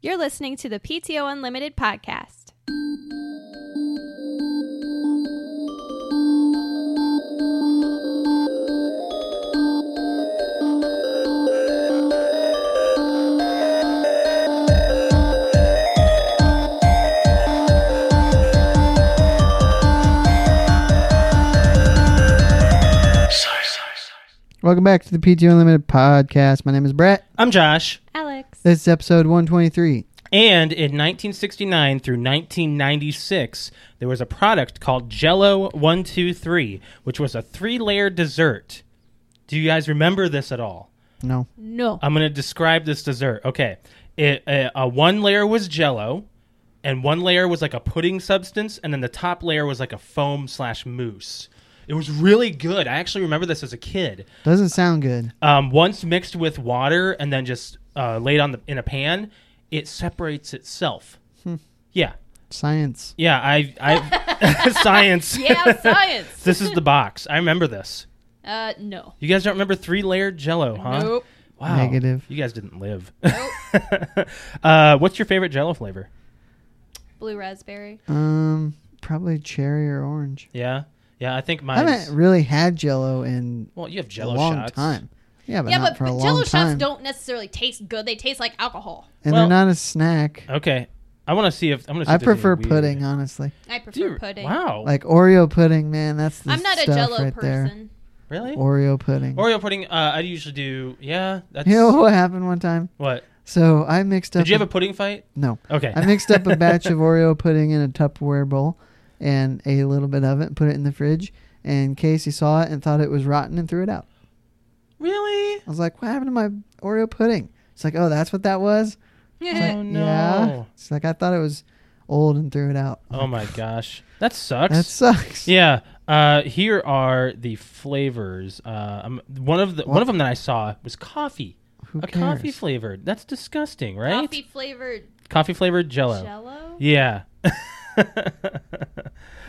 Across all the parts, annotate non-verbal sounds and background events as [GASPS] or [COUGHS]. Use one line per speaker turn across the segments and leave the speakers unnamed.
You're listening to the PTO Unlimited podcast.
Welcome back to the PTO Unlimited podcast. My name is Brett.
I'm Josh,
Alex.
This is episode 123.
and in 1969 through 1996, there was a product called Jello 123, which was a three layer dessert. Do you guys remember this at all?
No.
No.
I'm going to describe this dessert. Okay. It, uh, uh, one layer was jello, and one layer was like a pudding substance, and then the top layer was like a foam slash mousse. It was really good. I actually remember this as a kid.
Doesn't sound good.
Um, once mixed with water and then just uh, laid on the in a pan, it separates itself.
Hmm.
Yeah,
Science.
yeah. I, I [LAUGHS] science.
[LAUGHS]
[LAUGHS]
yeah, science.
this is the box. I remember this.
Uh, no.
You guys don't remember three layered Jello, huh?
Nope.
Wow.
Negative.
You guys didn't live. [LAUGHS] uh, what's your favorite Jello flavor?
Blue raspberry.
Um, probably cherry or orange.
Yeah, yeah. I think
I
mine.
haven't really had Jello in
Well, you have Jello
a long
shots.
time. Yeah, but
yeah,
not
but,
for a
but
long
jello
time.
shots don't necessarily taste good. They taste like alcohol.
and
well-
they're not a snack.
Okay, I want to see if I'm gonna. See
I
if there's anything
prefer
weird.
pudding, honestly.
I prefer
Dude,
pudding.
Wow.
Like Oreo pudding, man. That's the
I'm not a
stuff
jello
right there. [LAUGHS]
person.
really?
Oreo pudding.
Oreo pudding. Uh, I usually do. Yeah,
[LAUGHS]
that's
you know what happened one time?
what.
So I mixed up.
Did you have a pudding fight?
no?
Okay.
I mixed [LAUGHS] up a batch of Oreo pudding in a Tupperware bowl and ate a little bit of it and put it in the fridge. And Casey saw it and thought it was rotten and threw it out.
Really?
I was like, what happened to my Oreo pudding? It's like, oh, that's what that was? I was like,
Oh, no.
Yeah. It's like, I thought it was old and threw it out.
Oh my gosh, that sucks.
That sucks.
yeah. Uh, here are the flavors. Uh, um, one of the one
What?
of them that I saw was coffee.
Who
a
cares?
coffee flavored. That's disgusting,
[LAUGHS]
right?
Coffee flavored
Coffee flavored Jello.
jello? [LAUGHS]
Yeah. [LAUGHS]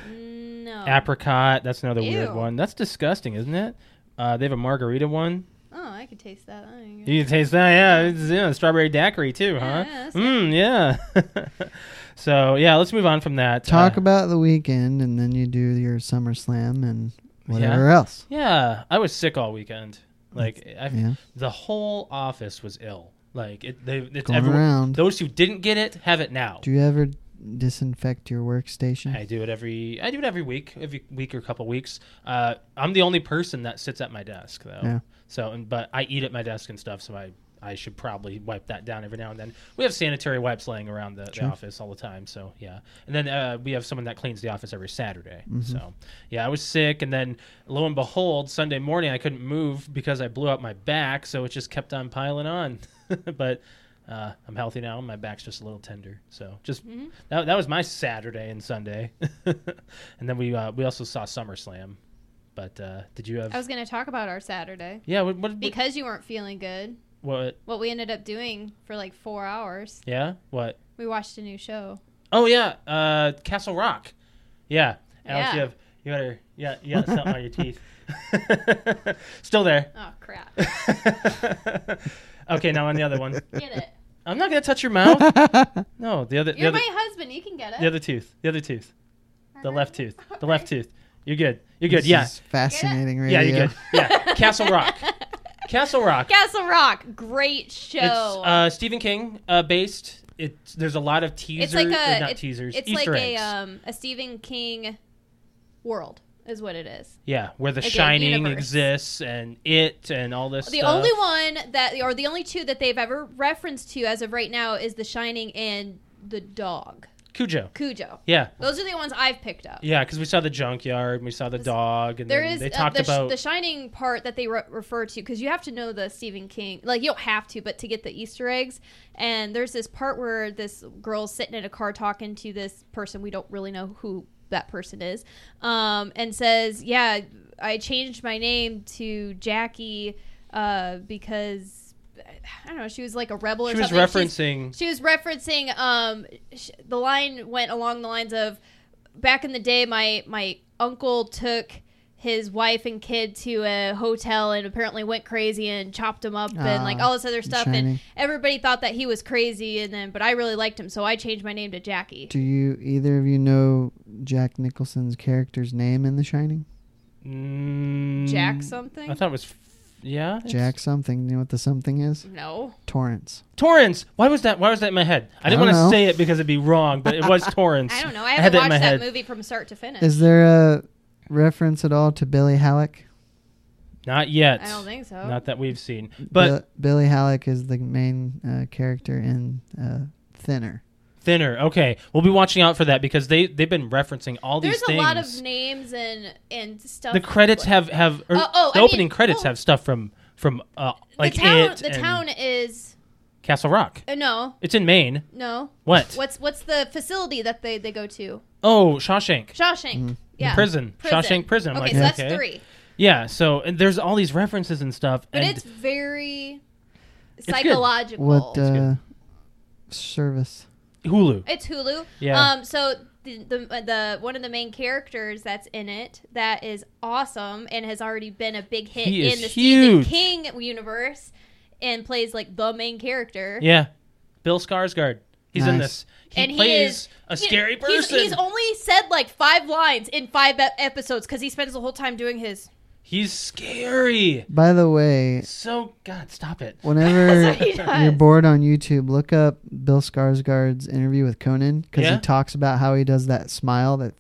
No.
Apricot. That's another
Ew.
weird one. That's disgusting, isn't it? Uh, they have a margarita one.
Oh, I could taste that. I don't know.
You can taste that, yeah. It's, yeah strawberry daiquiri too, huh?
yeah, that's
Mm, yeah. [LAUGHS] so yeah, let's move on from that.
Talk
Uh,
about the weekend and then you do your Summer Slam and whatever else.
Yeah, I was sick all weekend. Like I,
Yeah.
the whole office was ill. Like it, they, it's
Going
everyone.
around.
Those who didn't get it have it now.
Do you ever disinfect your workstation?
I do it every. I do it every week, every week or couple weeks. Uh, I'm the only person that sits at my desk though.
Yeah.
So, and, but I eat at my desk and stuff, so I I should probably wipe that down every now and then. We have sanitary wipes laying around the, the office all the time, so yeah. And then uh, we have someone that cleans the office every Saturday. So yeah, I was sick, and then lo and behold, Sunday morning I couldn't move because I blew out my back, so it just kept on piling on. [LAUGHS] but uh, I'm healthy now. My back's just a little tender, so just
Mm-hmm.
that, that was my Saturday and Sunday. [LAUGHS] and then we uh, we also saw SummerSlam. But uh, did you have?
I was going to talk about our Saturday.
yeah. What, what, what,
Because you weren't feeling good,
what?
what we ended up doing for like four hours,
Yeah. What?
we watched a new show.
Oh yeah, uh, Castle Rock. Yeah, Alex,
Yeah.
you have you got yeah you got something on your teeth. [LAUGHS] Still there. [LAUGHS]
Oh, crap.
okay, now on the other one.
Get it.
I'm not gonna touch your mouth.
[LAUGHS]
No, the other the
You're
other,
my Uh-huh. husband. You can get it.
the other tooth, the other tooth, the left tooth, the left tooth. You're good. You're good.
This
Yeah,
is fascinating
yeah,
radio.
you're good.
[LAUGHS]
Yeah, Castle Rock. Castle Rock.
Castle Rock. Great show.
It's uh, Stephen King uh, based. It there's a lot of teasers,
it's like
or
a
not
it's,
teasers,
it's
Easter
like
eggs.
a um a Stephen King world is what it is.
yeah, where The
like a
Shining
universe.
exists and it and all this.
The
stuff.
only one that or the only two that they've ever referenced to as of right now is The Shining and the dog
Cujo.
Cujo.
Yeah,
Those are the ones I've picked up.
yeah, because we saw the junkyard, and we saw the dog, and
There
then
is
they
uh,
talked
the, sh-
about
the Shining part that they re- refer to because you have to know the Stephen King. Like you don't have to, but to get the Easter eggs. And there's this part where this girl's sitting in a car talking to this person we don't really know who that person is, um, and says, "Yeah, I changed my name to Jackie uh, because I don't know. She was like a rebel or
she was
something. She's-
referencing.
she was referencing um sh- the line went along the lines of back in the day my my uncle took his wife and kid to a hotel and apparently went crazy and chopped him up and like
Ah,
all this other stuff and
Shining.
everybody thought that he was crazy and then but I really liked him so I changed my name to Jackie.
Do you either of you know Jack Nicholson's character's name in The Shining?
Mm,
Jack something?
I thought it was. F- yeah, it's-
Jack something. You know what the something is?
No.
Torrance.
Torrance. Why was that? Why was that in my head? I didn't
I don't
want to
know.
say it because it'd be wrong, but it
[LAUGHS]
was Torrance.
I don't know. I
had
haven't
in
watched
my
that
head.
movie from start to finish.
Is there a reference at all to Billy Halleck?
Not yet.
I don't think so.
Not that we've seen. But
Bi- Billy Halleck is the main uh, character in uh, Thinner.
thinner. Okay, we'll be watching out for that because they they've been referencing all
There's
these things.
a lot of names and and stuff.
the credits have have or
Oh, oh,
the
I
opening
mean,
credits
well-
have stuff from from uh, like
the town.
it
the
and
town is
Castle Rock.
uh, no,
It's in Maine.
no.
What?
What's what's the facility that they they go to?
Oh, Shawshank.
Shawshank.
Mm-hmm.
Yeah.
Prison. Shawshank Prison. I'm
Okay,
like,
so that's
okay.
three.
Yeah. So and there's all these references and stuff.
But
and
it's very
good.
psychological.
What
good.
uh, service?
Hulu.
It's Hulu.
Yeah.
Um. So the, the uh, the one of the main characters that's in it that is awesome and has already been a big hit
He is
in the
huge.
Stephen King universe and plays like the main character.
Yeah. Bill Skarsgård. He's in
Nice.
this. He
And he
plays
is-
a
he-
scary
he's-
person.
He's, only said like five lines in five e- episodes because he spends the whole time doing his.
he's scary.
By the way,
So God, stop it.
whenever
[LAUGHS] That's what he does.
you're bored on YouTube, look up Bill Skarsgård's interview with Conan because
Yeah?
he talks about how he does that smile that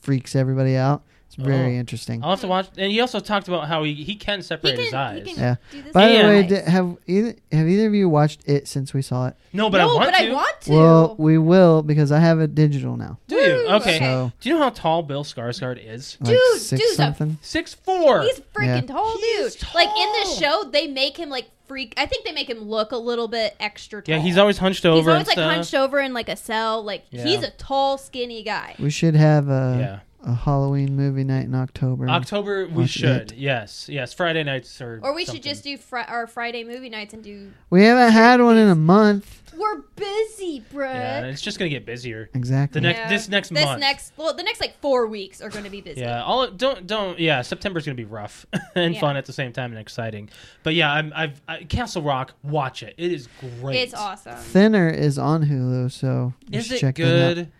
freaks everybody out. It's very
Oh.
interesting.
I'll have to watch. And he also talked about how he, he can separate
He can,
his eyes.
He can
Yeah.
do this
By the
with
way,
his
di-
eyes.
have either have either of you watched it since we saw it?
No, but
no,
I want
but
to.
I want to.
Well, we will because I have it digital now.
Do you?
Woo,
Okay.
So-
Do you know how tall Bill Skarsgård is?
Like
Dude,
six
dude's a
something.
Six four.
He's freaking
Yeah.
tall,
He's
dude. Like in
tall.
this show, they make him like freak. I think they make him look a little bit extra tall.
yeah, he's always hunched
He's
over.
always
and
like
stuff.
hunched over in like a cell. Like
Yeah.
he's a tall, skinny guy.
We should have a
Yeah.
a Halloween movie night in October.
October we
Watch
should. Yes. Yes. Friday nights or
Or we should
something.
just do fri- our Friday movie nights and do.
we haven't had one in a month.
We're busy, Brett.
Yeah, and it's just gonna get busier. The
Exactly.
next this next
this
month.
next well the next like four weeks are going to be busy
Yeah, all don't don't yeah. September's gonna be rough [LAUGHS] and
Yeah.
fun at the same time and exciting. But yeah, I'm I've I, Castle Rock. Watch it. It is great.
it's awesome
Thinner is on Hulu, so you
Is
should
it
check that out.
good?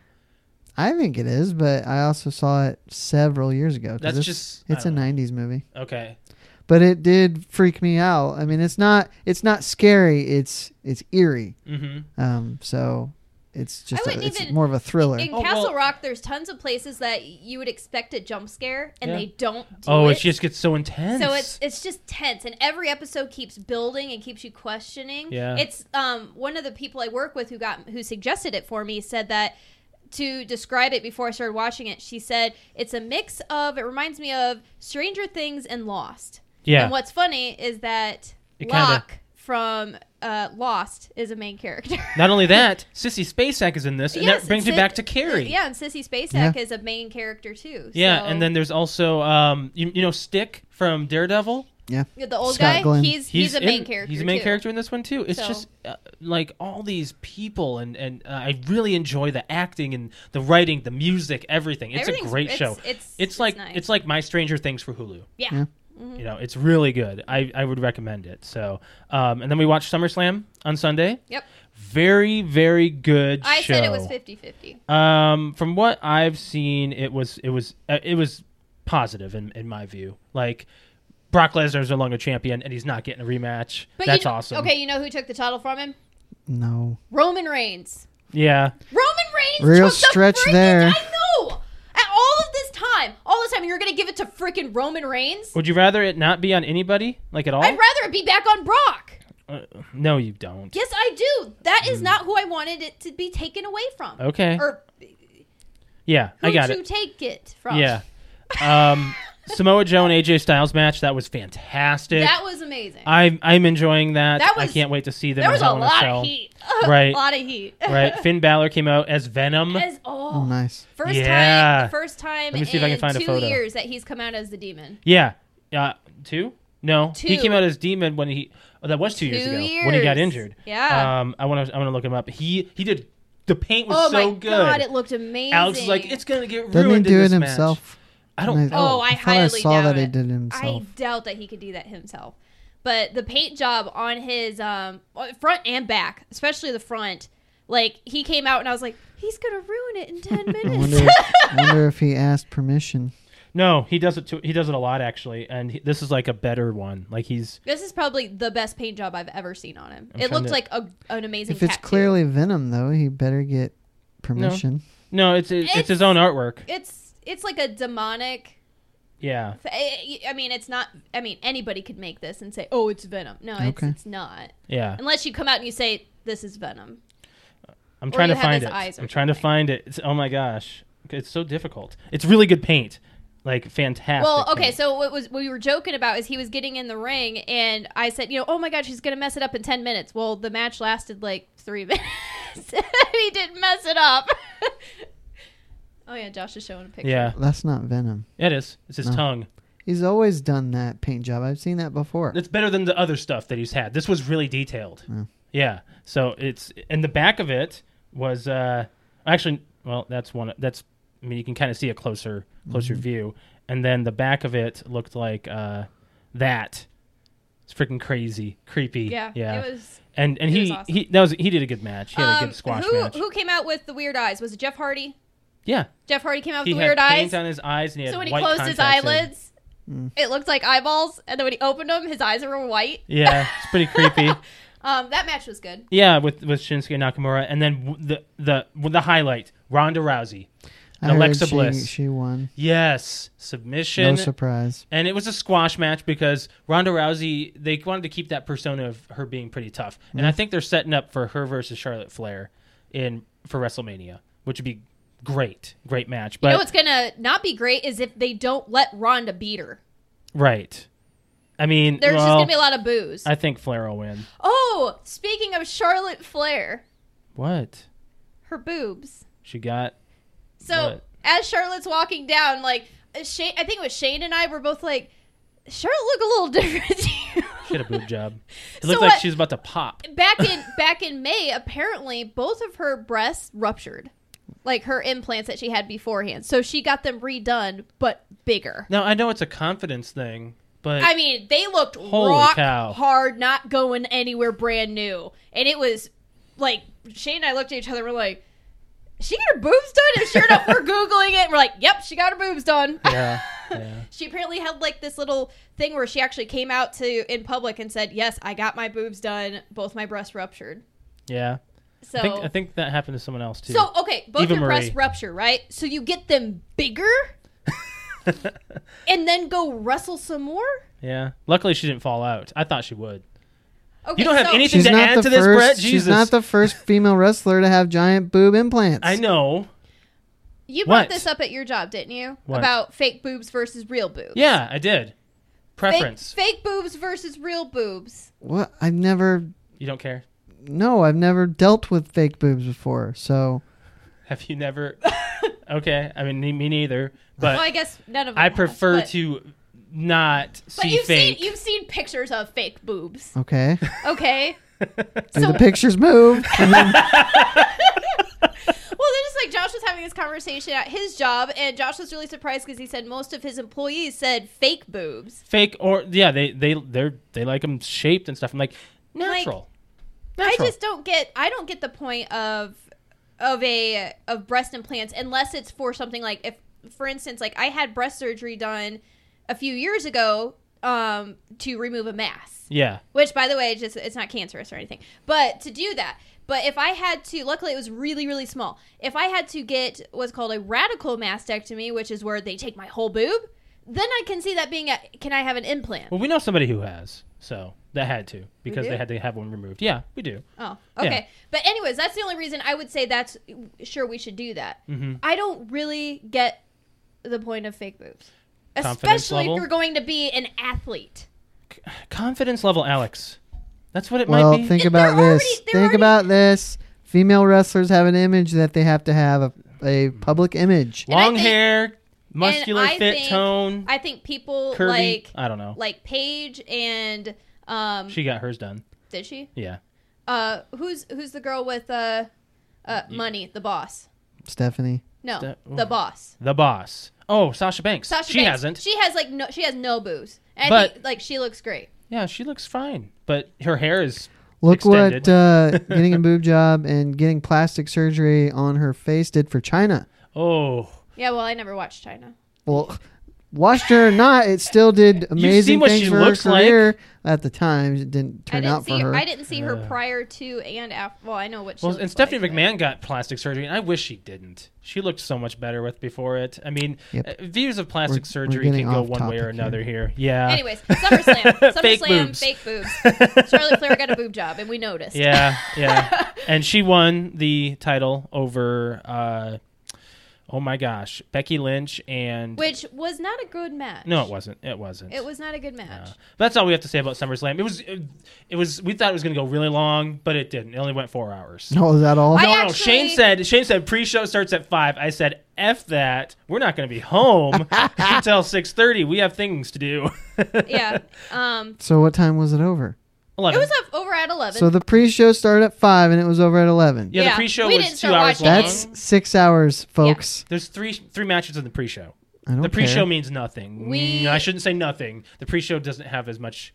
I think it is, but I also saw it several years ago. 'cause
That's
it's,
just I
it's a
don't know.
'90s movie,
Okay.
but it did freak me out. I mean, it's not it's not scary. It's it's eerie.
Mm-hmm.
Um, so it's just a,
wouldn't
it's
even-
more of a thriller.
in
Oh,
castle
well-
rock there's tons of places that you would expect a jump scare and
Yeah.
they don't do
Oh,
it,
it just gets so intense.
so it's it's just tense and every episode keeps building and keeps you questioning
Yeah.
it's um one of the people i work with who got who suggested it for me said that to describe it before i started watching it she said it's a mix of it reminds me of stranger things and lost
yeah.
And what's funny is that
It kinda-
Locke from uh, Lost is a main character.
Not only
[LAUGHS]
that, Sissy Spacek is in this, and
Yes,
that brings me
Sid-
back to Carrie.
Yeah, and Sissy Spacek
Yeah.
is a main character too.
Yeah,
so-
and then there's also um, you, you know Stick from Daredevil.
yeah,
Yeah, the old
Scott
guy,
Glenn.
he's, he's a
in-
main character.
He's a main
too.
character in this one too. It's
So-
just uh, like all these people, and and uh, I really enjoy the acting and the writing, the music, everything. It's a
Everything's-
great
it's-
show.
It's it's,
like
nice. Mm-hmm.
it's like my Stranger Things for Hulu.
yeah.
Yeah.
You know, it's really good. I, I would recommend it. So, um, and then we watched SummerSlam on Sunday.
Yep.
Very very good.
I said it
show.
was 50-50.
Um, from what I've seen, it was it was uh, it was positive in, in my view. Like Brock Lesnar is no longer champion, and he's not getting a rematch.
But
That's
you know,
awesome.
Okay, you know who took the title from him?
no.
Roman Reigns.
Yeah.
Roman Reigns
Real
took
stretch
the freaking,
there.
I know. At all of this time, all this time, you're gonna give it to freaking Roman Reigns?
Would you rather it not be on anybody, like at all?
I'd rather it be back on Brock.
Uh, no, you don't.
Yes, I do. That is not who I wanted it to be taken away from.
Okay.
Or
yeah,
er, who
I got
to
it.
take it from.
Yeah. Um, Samoa Joe and AJ Styles match that was fantastic.
That was amazing.
I'm I'm enjoying that.
That
I
was-
can't wait to see them.
there was
in
a
Hell in
lot
Cell.
of heat. [LAUGHS] a
Right.
lot of heat. [LAUGHS]
right. Finn Balor came out as Venom.
As, oh,
Oh, nice.
First
Yeah.
time, first time
Let me
in
see if I can find a
two
photo.
years that he's come out as the demon.
Yeah. Uh, two? No. He
Two.
came out as demon when he. Oh, that was two, years
Two
ago when he got
years.
injured.
Yeah.
Um, I want to. I want to look him up. He he did. The paint was
oh
so
my
good.
god, it looked amazing.
Alex is like, it's gonna get
Doesn't he
ruined
do
in
it
this match."
himself?
I don't.
Nice.
Oh,
know.
I,
thought I
highly doubt
saw that
it.
he did it himself.
I doubt that he could do that himself. But the paint job on his um, front and back, especially the front, like he came out and I was like, he's gonna ruin it in ten
[LAUGHS] I
minutes.
wonder, if, wonder if he asked
[LAUGHS]
permission.
No, he does it. To, he does it a lot actually, and he, this is like a better one. Like he's
this is probably the best paint job I've ever seen on him.
I'm
it
trying
looked
to-
like a, an amazing.
If it's
tattoo.
clearly Venom, though, he better get permission.
no, it's it's,
It's-
his own artwork.
it's it's like a demonic.
Yeah,
th- I I mean, it's not. I mean, anybody could make this and say, "Oh, it's Venom." No,
Okay.
it's, it's not.
yeah.
Unless you come out and you say, "This is Venom."
I'm trying
you
to
have
find
his
it.
eyes or
I'm trying to
something.
find it. It's, oh my gosh, it's so difficult. It's really good paint, like fantastic.
Well, okay.
paint.
So what was what we were joking about is he was getting in the ring, and I said, you know, oh my god, she's gonna mess it up in ten minutes. Well, the match lasted like three [LAUGHS] minutes. he didn't mess it up. [LAUGHS] oh yeah, Josh is showing a picture.
[LAUGHS] yeah,
That's not Venom.
it is. It's his
No.
tongue.
He's always done that paint job. I've seen that before.
It's better than the other stuff that he's had. This was really detailed.
Yeah.
Yeah. So it's and the back of it was uh actually well that's one that's I mean you can kind of see a closer closer view and then the back of it looked like uh that. It's freaking crazy, creepy.
yeah,
Yeah.
It was.
and and
it
he
was awesome.
he that was he did a good match. He had a
um,
good squash
who
match.
who came out with the weird eyes? Was it Jeff Hardy?
yeah.
Jeff Hardy came out with
He
the
had
weird eyes.
paint on his eyes and he had
so when he
white
closed his
contacts in.
eyelids, it looked like eyeballs, and then when he opened them, his eyes were white.
Yeah, it's pretty
[LAUGHS]
creepy.
Um, that match was good.
Yeah, with with Shinsuke Nakamura, and then w- the the w- the highlight, Ronda Rousey.
I heard
Alexa
she,
Bliss.
She won.
Yes,
No
submission,
surprise.
and it was a squash match because Ronda Rousey they wanted to keep that persona of her being pretty tough, and I think they're setting up for her versus Charlotte Flair in for WrestleMania, which would be great, great match. But
you know what's gonna not be great is if they don't let Ronda beat her.
right, I mean,
There's just
well,
gonna be a lot of booze.
I think Flair will win.
oh, speaking of Charlotte Flair,
What
her boobs.
she got?
So
What?
as Charlotte's walking down, like Shane, I think it was Shane and I were both like, Charlotte look a little [LAUGHS] different. to you."
She had a boob job.
[LAUGHS]
It
So
looked like
what-
she was about to pop.
back in back in May, apparently both of her breasts ruptured, like her implants that she had beforehand. So she got them redone, but bigger.
Now I know it's a confidence thing, but
I mean, they looked
Holy
rock
cow.
hard, not going anywhere brand new. And it was like Shane and I looked at each other, we're like, she got her boobs done? And sure enough, we're Googling it. And we're like, yep, she got her boobs done.
yeah, yeah.
[LAUGHS] she apparently had like this little thing where she actually came out to in public and said, yes, I got my boobs done, both my breasts ruptured.
Yeah.
So,
I think I think that happened to someone else too.
so okay, both
Eva
your breasts
Marie.
rupture, right? So you get them
[LAUGHS]
bigger and then go wrestle some more?
yeah. Luckily she didn't fall out. I thought she would.
Okay,
You don't have
so-
anything
She's
to
not
add
the
to this,
first.
Brett?
She's
Jesus.
not the
[LAUGHS]
first female wrestler to have giant boob implants.
I know.
You brought
What?
this up at your job, didn't you?
What?
About fake boobs versus real boobs.
Yeah, I did.
Fake,
Preference.
fake boobs versus real boobs.
What? I've never.
You don't care.
No, I've never dealt with fake boobs before. So
Have you never? [LAUGHS] okay. I mean, me neither. But
well, I guess none of them
I
have,
prefer
but-
to not see
But you've
fake.
seen you've seen pictures of fake boobs, [LAUGHS]
okay,
[LAUGHS]
okay?
do
so
the pictures move? And then-
[LAUGHS] Well, they're just like Josh was having this conversation at his job, and Josh was really surprised because he said most of his employees said fake boobs.
fake or yeah, they they they're they like them shaped and stuff. I'm like natural.
I
Natural.
just don't get. I don't get the point of of a of breast implants unless it's for something like if, for instance, like I had breast surgery done a few years ago um, to remove a mass,
yeah.
which by the way, it's just it's not cancerous or anything, but to do that. But if I had to, luckily it was really, really small. If I had to get what's called a radical mastectomy, which is where they take my whole boob, then I can see that being a, can I have an implant?
Well, we know somebody who has, so that had to because
do?
they had to have one removed. Yeah, we do.
Oh,
Yeah.
okay. But anyways, that's the only reason I would say that's sure we should do that.
Mhm.
I don't really get the point of fake boobs,
Confidence
especially
level?
if you're going to be an athlete.
Confidence level, Alex. That's what it
well,
might be.
think
They're
about this.
already- they're
think
already-
about this. Female wrestlers have an image that they have to have a, a public image.
And I
Long
think-
hair, muscular,
I
fit
think-
tone,
I think people
curvy.
like
I don't know.
like Paige and um
She got hers done.
did she?
Yeah.
Uh, who's who's the girl with uh, uh, money? The boss?
Stephanie.
No,
Ste-
the boss.
The boss. Oh, Sasha Banks.
Sasha
she
Banks,
hasn't.
She has like no. She has no boobs. And I
But-
think like she looks great.
yeah, she looks fine, but her hair is
Look
extended.
what uh, getting a boob job and getting plastic surgery on her face did for China.
oh.
Yeah. Well, I never watched China.
Well, watched her or not, it still did amazing
what
things
she
for
looks
her
like?
career at the time. It didn't turn
I didn't
out
see
for her.
I didn't see her
Yeah.
prior to and after. Well, I know what she.
Well, and
looks
Stephanie
like, but-
McMahon got plastic surgery, and I wish she didn't. She looked so much better with before it. I mean,
Yep.
uh, views of
We're-
plastic
we're
surgery
getting
can go
off
one way
topic
or
here.
another here. Yeah.
Anyways,
[LAUGHS]
SummerSlam, SummerSlam,
Fake
fake
boobs.
boobs.
[LAUGHS]
Charlotte Flair got a boob job, and we noticed.
Yeah,
[LAUGHS]
yeah. and she won the title over uh oh my gosh, Becky Lynch and
Which was not a good match.
No, it wasn't. It wasn't.
It was not a good match.
Uh, that's all we have to say about SummerSlam. It was it, it was we thought it was going to go really long, but it didn't. It only went 4 hours.
No, is that all?
I-
No, no.
actually-
Shane said. Shane said pre-show starts at five. I said, "F that. We're not going to
[LAUGHS]
be home until six thirty. We have things to do." [LAUGHS]
Yeah. Um,
so what time was it over?
it
Eleven.
was up over at eleven.
So the pre-show started at five and it was over at eleven.
yeah,
Yeah,
the pre-show
we
was
didn't
two
start
hours
watching
long.
That's six hours, folks.
There's three three matches in the pre-show.
I don't
The pre-show
care.
means nothing.
We-
Mm, I shouldn't say nothing. The pre-show doesn't have as much.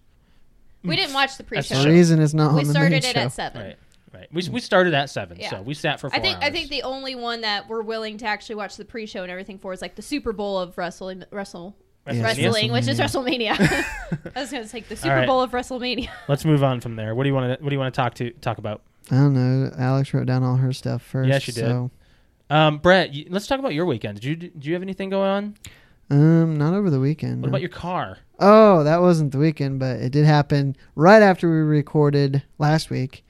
we didn't watch the pre-show.
the
Sorry.
reason it's not
We
on the main
started
show.
it at seven.
Right, right. We, we started at seven,
Yeah.
so we sat for. Four
I think I
hours.
think the only one that we're willing to actually watch the pre-show and everything for is like the Super Bowl of wrestling, wrestle,
Yes.
wrestling, which is WrestleMania. [LAUGHS] I was gonna take the Super
Mm-hmm. right.
Bowl of WrestleMania.
Let's move on from there. What do you want to What do you want to talk to talk about?
I don't know. Alex wrote down all her stuff first.
Yeah, she did.
So.
Um, Brett, you, let's talk about your weekend. Did you do you have anything going on?
Um, not over the weekend.
What
no.
about your car?
Oh, that wasn't the weekend, but it did happen right after we recorded last week.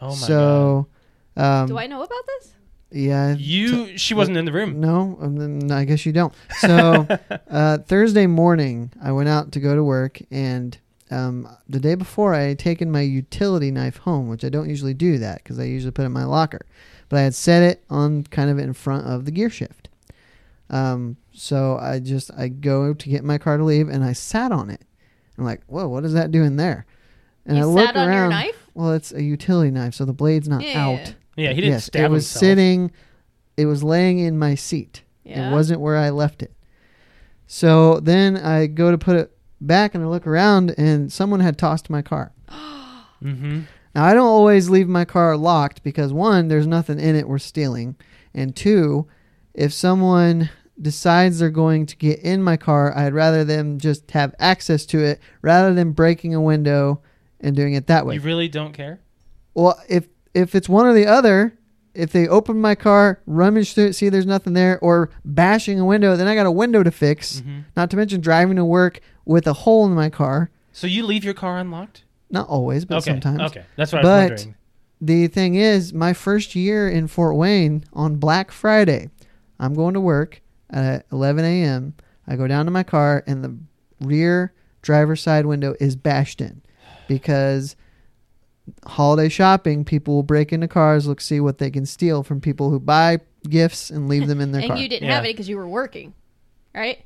Oh my god.
so, um,
Do I know about this?
yeah,
You she wasn't in the room.
no, um, then I guess you don't. So, uh, Thursday morning, I went out to go to work, and um, the day before, I had taken my utility knife home, which I don't usually do that because I usually put it in my locker. But I had set it on kind of in front of the gear shift. Um, so I just I go to get my car to leave, and I sat on it. I'm like, whoa, what is that doing there? And
you
I
sat
look
on
around.
your knife.
Well, it's a utility knife, so the blade's not
Yeah,
out.
yeah, yeah.
Yeah, he didn't
yes,
stab
it was
himself.
sitting. It was laying in my seat.
Yeah.
It wasn't where I left it. So then I go to put it back and I look around and someone had tossed my car.
Mm-hmm.
Now I don't always leave my car locked because one, there's nothing in it we're stealing, and two, if someone decides they're going to get in my car, I'd rather them just have access to it rather than breaking a window and doing it that way.
You really don't care.
Well, if if it's one or the other, if they open my car, rummage through it, see there's nothing there, or bashing a window, then I got a window to fix. Not to mention driving to work with a hole in my car.
So you leave your car unlocked?
Not always, but
okay.
sometimes.
Okay. That's what I was
But-
wondering.
The thing is, my first year in Fort Wayne on Black Friday, I'm going to work at uh, 11 a.m. I go down to my car, and the rear driver's side window is bashed in because holiday shopping, people will break into cars, look, see what they can steal from people who buy gifts and leave them in
[LAUGHS]
their
and
car.
you didn't
Yeah.
have any because you were working, right?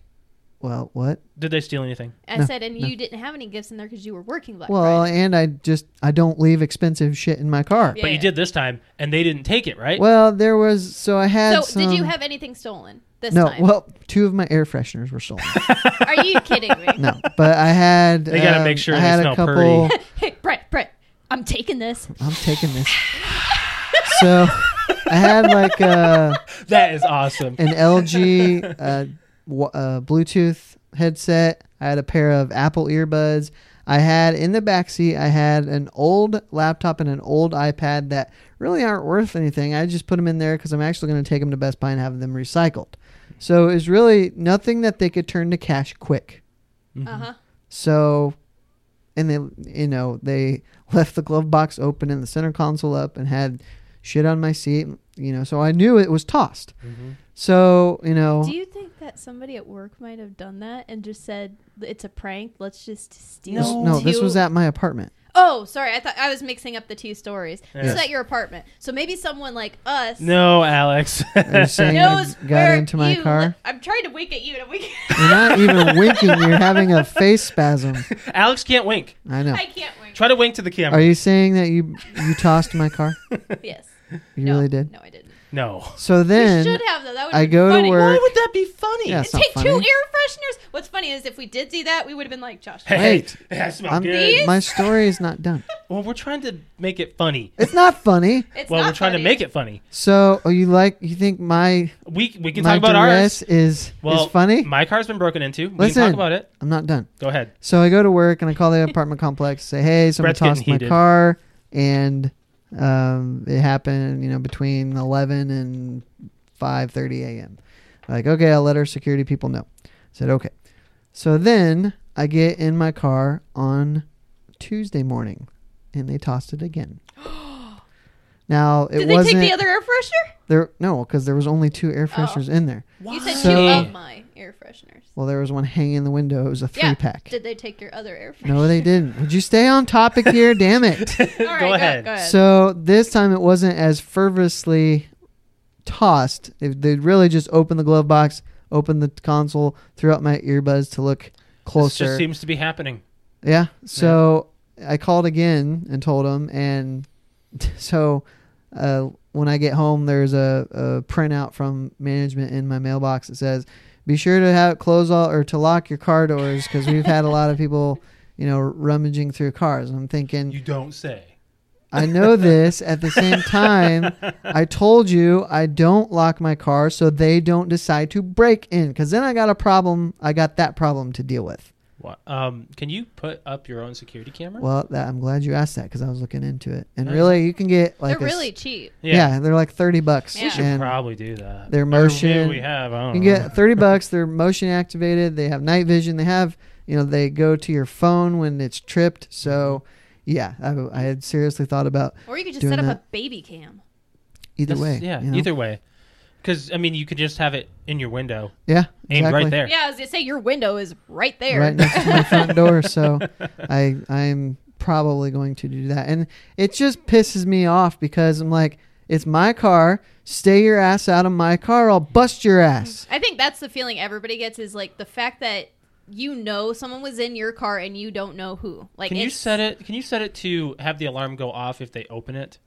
well, what?
Did they steal anything?
I
No,
said, and you didn't have any gifts in there because you were working. Black
Well,
Friday.
and I just I don't leave expensive shit in my car.
Yeah.
But you did this time, and they didn't take it, right?
Well, there was so I
so
had.
did you
some-
have anything stolen this
No,
time?
well, two of my air fresheners were stolen.
Are
[LAUGHS]
you kidding me?
No, but I had.
They gotta
um,
make sure
I
they
had
smell
a couple.
[LAUGHS] Hey, Brett, Brett, I'm taking this.
I'm taking this. so I had like uh,
That is awesome.
an LG uh, w- uh, Bluetooth headset. I had a pair of Apple earbuds. I had in the backseat. I had an old laptop and an old iPad that really aren't worth anything. I just put them in there because I'm actually going to take them to Best Buy and have them recycled. So it's really nothing that they could turn to cash quick.
Mm-hmm.
Uh huh.
So, and they, you know, they [LAUGHS] left the glove box open and the center console up and had shit on my seat, you know, so I knew it was tossed.
Mm-hmm.
So, you know,
Do you think that somebody at work might have done that and just said it's a prank? Let's just steal.
this, no, this
two-"
was at my apartment.
Oh, sorry. I thought I was mixing up the two stories. This is
Yes.
at your apartment. So maybe someone like us
no, Alex.
[LAUGHS] Are you saying
knows
you
where
got into my
you li-
car?
I'm trying to wink at you, and I'm winking.
You're not even
[LAUGHS]
winking. You're having a face spasm.
[LAUGHS] Alex can't wink.
I know.
I can't wink.
Try to wink to the camera.
Are you saying that you you tossed my car? You
Yes.
really did?
No, I didn't.
No.
So
You
then
should have though. That would
I
be
go to
funny.
work-
Why would that be funny?
Yeah,
And
That's not
take two air
funny.
fresheners. What's funny is if we did do that, we would have been like Josh.
[LAUGHS] Hey,
Wait.
that smells
I'm,
good.
my story is not done.
Well, we're trying to make it funny.
It's not funny.
It's
well,
not
we're trying
funny.
to make it funny.
So oh, you like you think my
We we can
my
talk about ours.
duress is
Well,
is funny?
My car's been broken into. We
Listen.
can talk about it.
I'm not done.
Go ahead.
So I go to work and I call the apartment complex, say,
[LAUGHS]
"Hey, someone
Brett's getting
tossed my
heated.
car," and um, it happened, you know, between 11 and 5:30 a.m. Like, okay, I'll let our security people know. I said, okay. So then I get in my car on Tuesday morning, and they tossed it
[GASPS]
again. now it
Did they
wasn't
take the other air freshener?
there. No, because there was only two air
Oh.
fresheners in there.
You said
So-
two of my air fresheners.
Well, there was one hanging in the window. It was a three
Yeah.
pack.
Did they take your other air freshener?
[LAUGHS] No, they didn't. Would you stay on topic here? Damn it.
All right,
go ahead.
Go, ahead.
So this time it wasn't as fervorously tossed. It, they really just opened the glove box, opened the console, threw out my earbuds to look
This
closer.
just seems to be happening.
yeah. So I called again and told them. And [LAUGHS] so uh, when I get home, there's a, a printout from management in my mailbox that says, be sure to have close all or to lock your car doors because we've had a lot of people, you know, rummaging through cars. And I'm thinking,
You don't say.
I know this. At the same time, I told you I don't lock my car so they don't decide to break in. Because then I got a problem. I got that problem to deal with.
What? Um, can you put up your own security camera?
Well, that, I'm glad you asked that because I was looking into it. And
Yeah.
really, you can get like
They're
a s-
really cheap.
yeah. they're like thirty bucks.
We
we should
and
probably do that.
their
Or
motion-
maybe we have. I
you
don't
can
know.
get thirty bucks. They're motion activated. They have night vision. They have you know they go to your phone when it's tripped. So yeah, I, I had seriously thought about
Or you could just
Doing
set up a
that.
baby cam.
either way.
That's- Yeah,
you know?
either way. Because I mean, you could just have it in your window,
yeah,
aimed
exactly.
right there.
Yeah, I was gonna say your window is right there.
right
[LAUGHS]
next to my front door.
[LAUGHS]
So I I'm probably going to do that, and it just pisses me off because I'm like, it's my car. Stay your ass out of my car. I'll bust your ass.
I think that's the feeling everybody gets is like the fact that you know someone was in your car and you don't know who. Like
Can you
it's-
set it? Can you set it to have the alarm go off if they open it?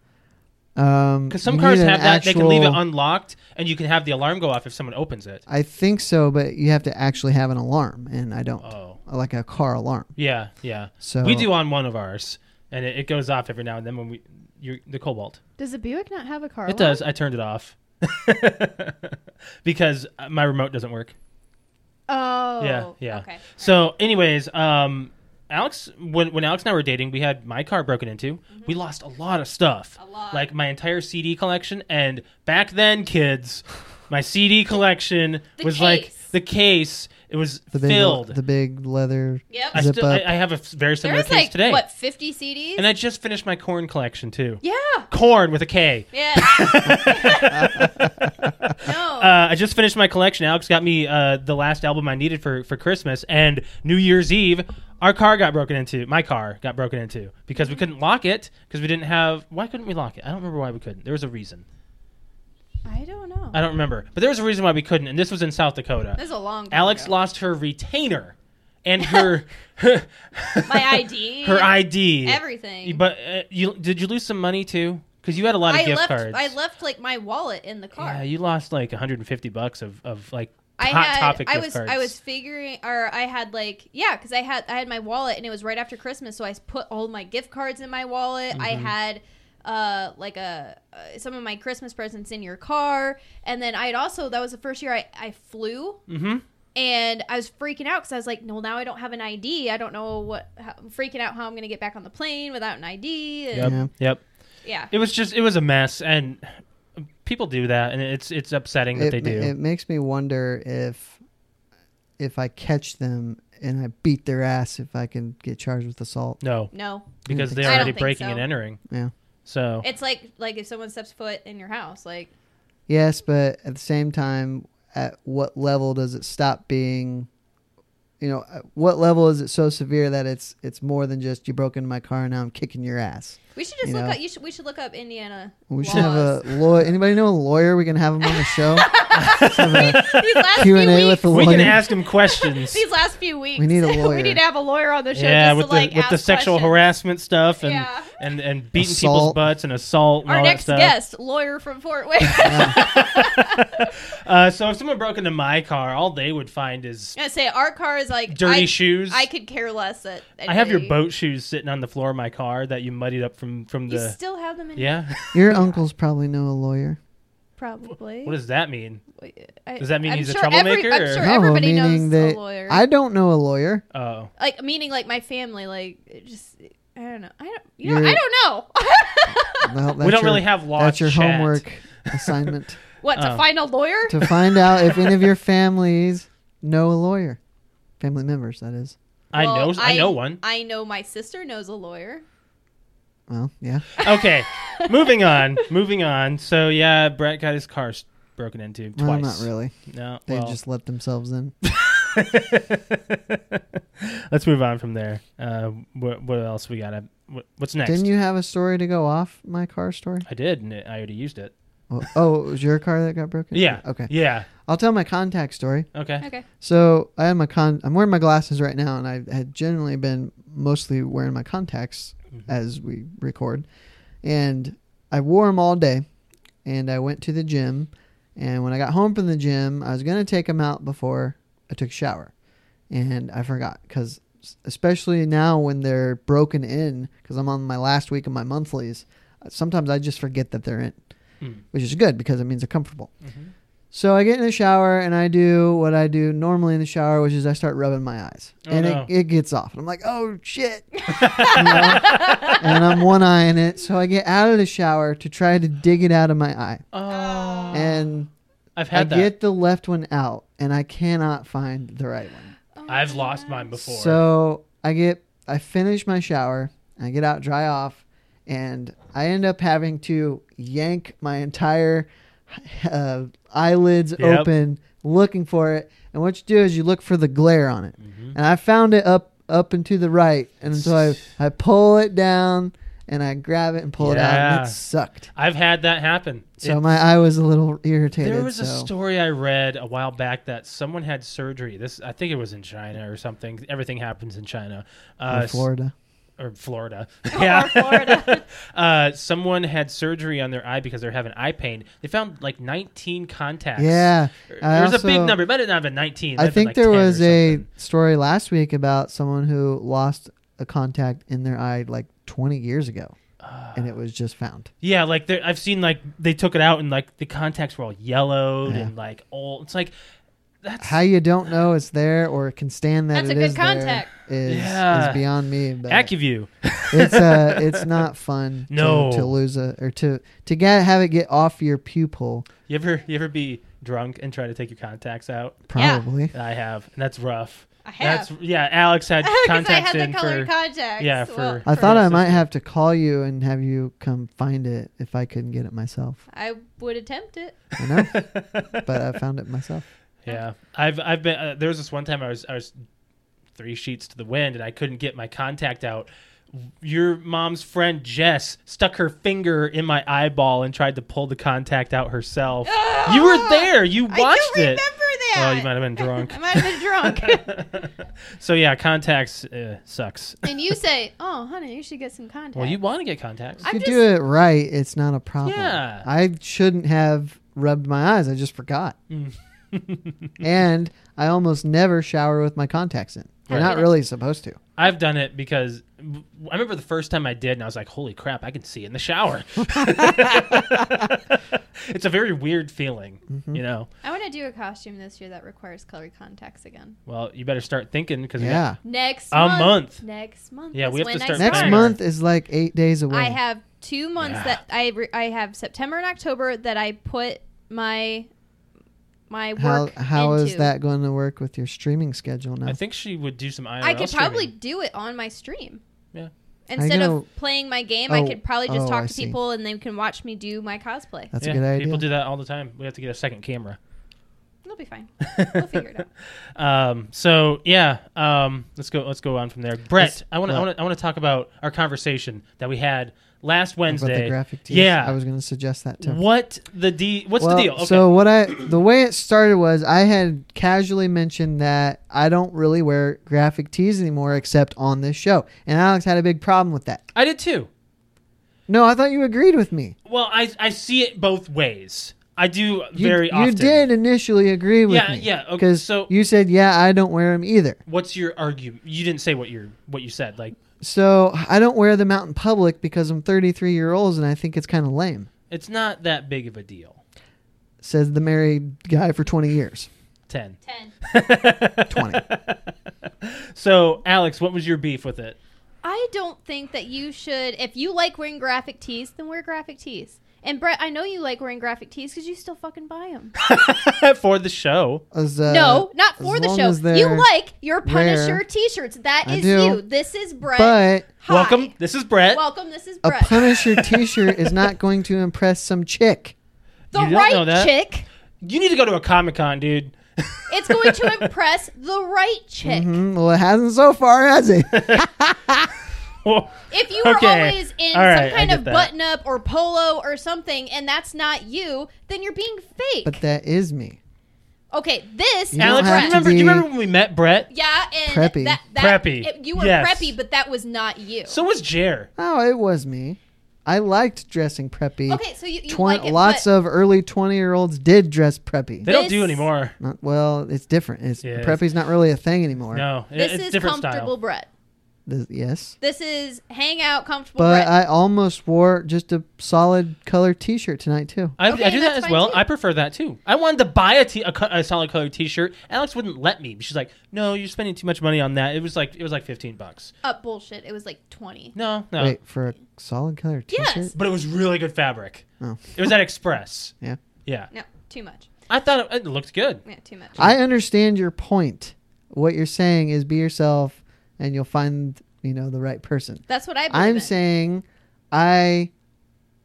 Um,
Because some
you
cars
need an
have that; they can leave it
actual-
unlocked, and you can have the alarm go off if someone opens it.
I think so, but you have to actually have an alarm, and I don't. uh,
Oh,
Like a car alarm.
yeah, yeah.
So
we do on one of ours, and it, it goes off every now and then when we you the Cobalt.
Does the Buick not have a car?
It does. I turned it off [LAUGHS] because uh, my remote doesn't work.
Oh.
Yeah, yeah.
Okay.
So, anyways, um, Alex, when when Alex and I were dating, we had my car broken into. We lost a lot of stuff,
Mm-hmm. A lot.
like my entire CD collection. And back then, kids, my CD collection
The
was like
case.
the case. It was
the big
filled.
the big leather.
Yep.
I,
zip
still, I,
up.
I have a f- very similar
There's
case
like
today,
what 50 CDs.
and I just finished my corn collection too.
yeah.
Corn with a K. [LAUGHS]
Yeah. no.
uh, I just finished my collection. Alex got me uh, the last album I needed for, for Christmas and New Year's Eve. Our car got broken into. My car got broken into because we couldn't lock it because we didn't have. Why couldn't we lock it? I don't remember why we couldn't. There was a reason.
I don't know.
I don't remember, but there was a reason why we couldn't. And this was in South
This
Dakota.
is a long. time
Alex
ago.
lost her retainer
[LAUGHS]
and her [LAUGHS] her,
my ID.
[LAUGHS] her ID.
Everything.
But uh, you did you lose some money too? Because you had a lot of
I
gift
left.
cards.
I left like my wallet in the car.
Yeah, you lost like 150 bucks of of like
I
hot
had,
topic
I
gift
was,
cards.
I was figuring, or I had like, yeah, because I had, I had my wallet, and it was right after Christmas, so I s- put all my gift cards in my wallet. I
Mm-hmm.
had, uh, like a uh, some of my Christmas presents in your car, and then I had also that was the first year I I flew,
Mm-hmm.
and I was freaking out because I was like, no, now I don't have an ID. I don't know what. How, I'm freaking out how I'm gonna get back on the plane without an ID. and-
Yep.
Yeah.
Yep.
Yeah.
It was just it was a mess, and people do that, and it's it's upsetting that
It,
they
ma-
do.
it makes me wonder if if I catch them and I beat their ass, if I can get charged with assault.
no,
No,
because
think
they're
so. I
already
don't think
breaking
so.
and entering.
Yeah.
So
it's like like if someone steps foot in your house, like
Yes, but at the same time, at what level does it stop being? You know, at what level is it so severe that it's it's more than just you broke into my car and now I'm kicking your ass?
we should just
You
look
know.
up. You should we should look up Indiana. [LAUGHS]
We should have a lawyer. Anybody know a lawyer? We can have him on the show.
These last
Q
few
and A
weeks,
with the
We
lawyer.
can ask
[LAUGHS]
him questions.
these last few weeks,
need a
[LAUGHS]
lawyer.
we need to have a lawyer on the show.
yeah,
just
with
to,
the
like,
with the
ask
sexual
questions.
harassment stuff and
Yeah.
and and beating people's
Assault.
butts and assault and
Our
all
next
that stuff.
guest, lawyer from Fort Wayne.
[LAUGHS]
Uh, so if someone broke into my car, all they would find is
I say our car is like
dirty
I,
shoes.
I could care less. That
I have your
anybody-
boat shoes sitting on the floor of my car that you muddied up from from
You
the
still have them in
yeah. [LAUGHS]
Your uncles probably know a lawyer.
probably.
what does that mean?
I-
does that mean
I'm
he's a
sure every-
troublemaker,
I'm
or-
sure
No,
everybody knows
meaning that
a lawyer.
I don't know a lawyer.
Oh,
like meaning like my family. Like it just I don't know. I don't. You know,
You're-
I don't know.
Well,
we
that's
don't
your-
really have law.
That's your
chat.
homework assignment
[LAUGHS] what to
Oh.
find a lawyer?
to find out if any
[LAUGHS]
of your families know a lawyer, family members. That is.
I
Well,
know. I, know one.
I know my sister knows a lawyer.
Well, yeah.
[LAUGHS] Okay, moving on. Moving on. So yeah, Brett got his car s- broken into twice.
Well, not really.
No.
They
well.
just let themselves in.
[LAUGHS] Let's move on from there. Uh, what, what else we got? Uh, What, what's next?
Didn't you have a story to go off my car
[LAUGHS]
story?
I did, and it, I already used it.
Oh, oh, it was your car that got broken.
Yeah.
Okay.
Yeah.
I'll tell my contact story.
Okay.
Okay.
So I am a con. I'm wearing my glasses right now, and I had generally been mostly wearing my contacts as we record, and I wore them all day, and I went to the gym, and when I got home from the gym, I was gonna take them out before I took a shower, and I forgot because especially now when they're broken in, because I'm on my last week of my monthlies, sometimes I just forget that they're in,
Mm.
which is good because it means they're comfortable.
Mhm.
So I get in the shower and I do what I do normally in the shower, which is I start rubbing my eyes,
Oh,
and
no.
it, it gets off, and I'm like, oh
[LAUGHS]
shit, You know? and I'm one eyeing it. So I get out of the shower to try to dig it out of my eye,
Oh,
and
I've
I
had that.
get the left one out, and I cannot find the right one.
Oh
I've
my
lost
God.
mine before.
So I get, I finish my shower, I get out, dry off, and I end up having to yank my entire uh, eyelids
Yep.
open looking for it. And what you do is you look for the glare on it,
Mm-hmm.
and I found it up up and to the right, and so I I pull it down and I grab it and pull it out,
Yeah.
and it sucked.
I've had that happen.
So
It-
my eye was a little irritated.
there was a
so-
story I read a while back that someone had surgery. This I think it was in China or something. Everything happens in China.
in
Uh, s-
Florida.
or Florida.
[LAUGHS] Or Florida.
[LAUGHS] uh, someone had surgery on their eye because they're having eye pain. They found like 19 contacts.
Yeah, I
There's a big
also-
number. It might not have been 19. It might
I
have been,
think
like,
there
10 or
was a
something.
story last week about someone who lost a contact in their eye like 20 years ago, and it was just found.
Yeah, like there- I've seen like they took it out and like the contacts were all yellowed
Yeah.
and like old. It's like [SIGHS] that's
How you don't know it's there or can stand that
That's a
it
good
is there
contact.
is,
Yeah.
is beyond me. But
AccuView.
[LAUGHS] it's uh, it's not fun. to-
No.
to, lose a or to to get have it get off your pupil
You ever you ever be drunk and try to take your contacts out?
probably.
I have, and that's rough.
I have.
That's yeah. Alex
[LAUGHS]
had
'Cause I
contacts
had the
in
colored
for
contacts.
yeah,
Well,
for-
I thought I might
sister.
have to call you and have you come find it if I couldn't get it myself.
I would attempt it.
I
[LAUGHS]
know, but I found it myself.
Yeah, I've I've been uh, there was this one time I was I was three sheets to the wind and I couldn't get my contact out. Your mom's friend Jess stuck her finger in my eyeball and tried to pull the contact out herself. you were there. You watched
I do
it.
remember that.
Well, you might have been drunk.
I might have been
[LAUGHS]
drunk. [LAUGHS]
so yeah, contacts uh, sucks.
and you say, "Oh, honey, you should get some contacts."
Well, you want to get contacts.
I'm
If you
just-
do it right, it's not a problem.
Yeah.
I shouldn't have rubbed my eyes. I just forgot.
Mm. [LAUGHS]
and I almost never shower with my contacts in. You're
Right.
not really supposed to.
I've done it because w- I remember the first time I did, and I was like, "Holy crap! I can see in
[LAUGHS]
the shower." [LAUGHS] it's a very weird feeling,
Mm-hmm.
you know.
I want to do a costume this year that requires colored contacts again.
Well, you better start thinking because
Yeah.
Next
A
month.
month.
Next month.
Yeah,
is
we have to
when I
start
start.
Next
Right.
month is like eight days away.
I have two months
Yeah.
that I re- I have September and October that I put my my
how
work
how
into.
is that going to work with your streaming schedule now?
I think she would do some IRL.
I could probably
streaming.
do it on my stream.
Yeah.
Instead
know-
of playing my game,
Oh,
I could probably just
oh,
talk
I
to
see. Uh.
people and they can watch me do my cosplay.
That's
Yeah,
a good idea.
People do that all the time. We have to get a second camera.
It'll be
[LAUGHS]
fine. We'll figure it out.
Um, so yeah, um, let's go. Let's go on from there. Brett,
Let's-
I want to. I
what?
want to. I want to talk about our conversation that we had last
About the
Wednesday.
graphic tees.
Yeah. Mm-hmm.
I was going to suggest that too.
what the de- What's
Well,
the deal? Okay.
So what I the way it started was I had casually mentioned that I don't really wear graphic tees anymore except on this show, and Alex had a big problem with that.
I did too.
No, I thought you agreed with me.
Well, I I see it both ways. I do
You,
very
you
often.
did initially agree with
Yeah,
me.
yeah, okay,
Because
so-
you said, yeah, I don't wear them either.
What's your argument? You didn't say what your what you said. Like
So I don't wear them out in public because I'm 33 year olds and I think it's kind of lame.
it's not that big of a deal.
Says the married guy for 20 years.
Ten.
Ten.
20.
[LAUGHS] So Alex, what was your beef with it? [LAUGHS]
I don't think that you should. If you like wearing graphic tees, then wear graphic tees. And Brett, I know you like wearing graphic tees because you still fucking buy them.
For the show.
As, uh,
no, not for
as
the
long
show.
as they're-
You like your Punisher
rare.
T-shirts. That
I
is
do.
you. This is Brett.
But
Hi.
Welcome. This is Brett.
Welcome. This is
a
Brett.
Punisher t shirt is not going to impress some chick.
the
You don't know
right
that.
chick.
you need to go to a Comic Con, dude.
It's going
[LAUGHS]
to impress the right
[LAUGHS]
chick.
Mm, well, it hasn't so far, has it? [LAUGHS]
Well,
If you were
Okay.
always in
All
some
right, I
kind
get
of
that.
button up or polo or something, and that's not you, then you're being fake.
but that is me.
okay, this
You don't
is
Alex,
have
do you
Brett.
to
remember? Do you
be-
remember when we met Brett?
Yeah, and
Preppy.
That, that,
Preppy.
it- you were
Yes.
preppy, but that was not you.
So was Jer.
Oh, it was me. I liked dressing preppy.
okay, so you, you
Twen-
like it,
lots
but
of early 20 year olds did dress preppy.
They don't do
This-
anymore.
Not, well, it's different. It's
Yeah.
preppy's not really a thing anymore.
No, it-
this
it's
is
different
comfortable
style.
Brett.
Th- yes.
This is hang out comfortable
But
Brett.
I almost wore just a solid color T-shirt tonight too.
I,
Okay,
I do that
that's
as
fine,
well.
too.
I prefer that too. I wanted to buy a, t- a, co- a solid color T-shirt. Alex wouldn't let me. She's like, "No, you're spending too much money on that." It was like it was like fifteen bucks.
Up Oh, bullshit. It was like twenty.
No, no,
Wait for a solid color T-shirt.
Yes.
but it was really good fabric.
Oh.
It was at Express.
[LAUGHS] Yeah.
yeah.
No, too much.
I thought it, it looked good.
Yeah, too much.
I understand your point. What you're saying is be yourself, and you'll find you know the right person.
that's what I. Believe
I'm
in.
saying, I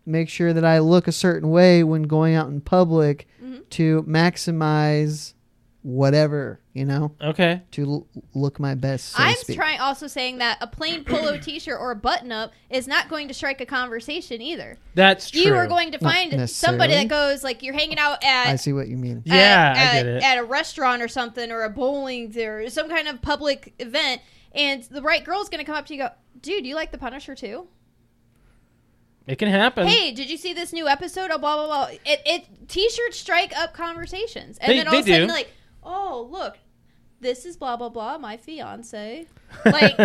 make sure that I look a certain way when going out in public
Mhm.
to maximize whatever you know
Okay.
to l- look my best. So to
I'm
speak.
trying also saying that a plain polo [CLEARS THROAT] t-shirt or a button-up is not going to strike a conversation either.
That's true.
You are going to
Not
find somebody
necessarily.
that goes like you're hanging out
I
at
see what you mean.
uh,
Yeah,
at,
I
at-
get it.
at a restaurant or something or a bowling or some kind of public event and the right girl's going to come up to you and go, "Dude, you like the Punisher too?"
it can happen. [LAUGHS]
hey, did you see this new episode of blah blah blah? It, it t-shirts strike up conversations, and
They-
then all
they
of a sudden,
do.
like, oh look, this is blah blah blah, my fiance. Like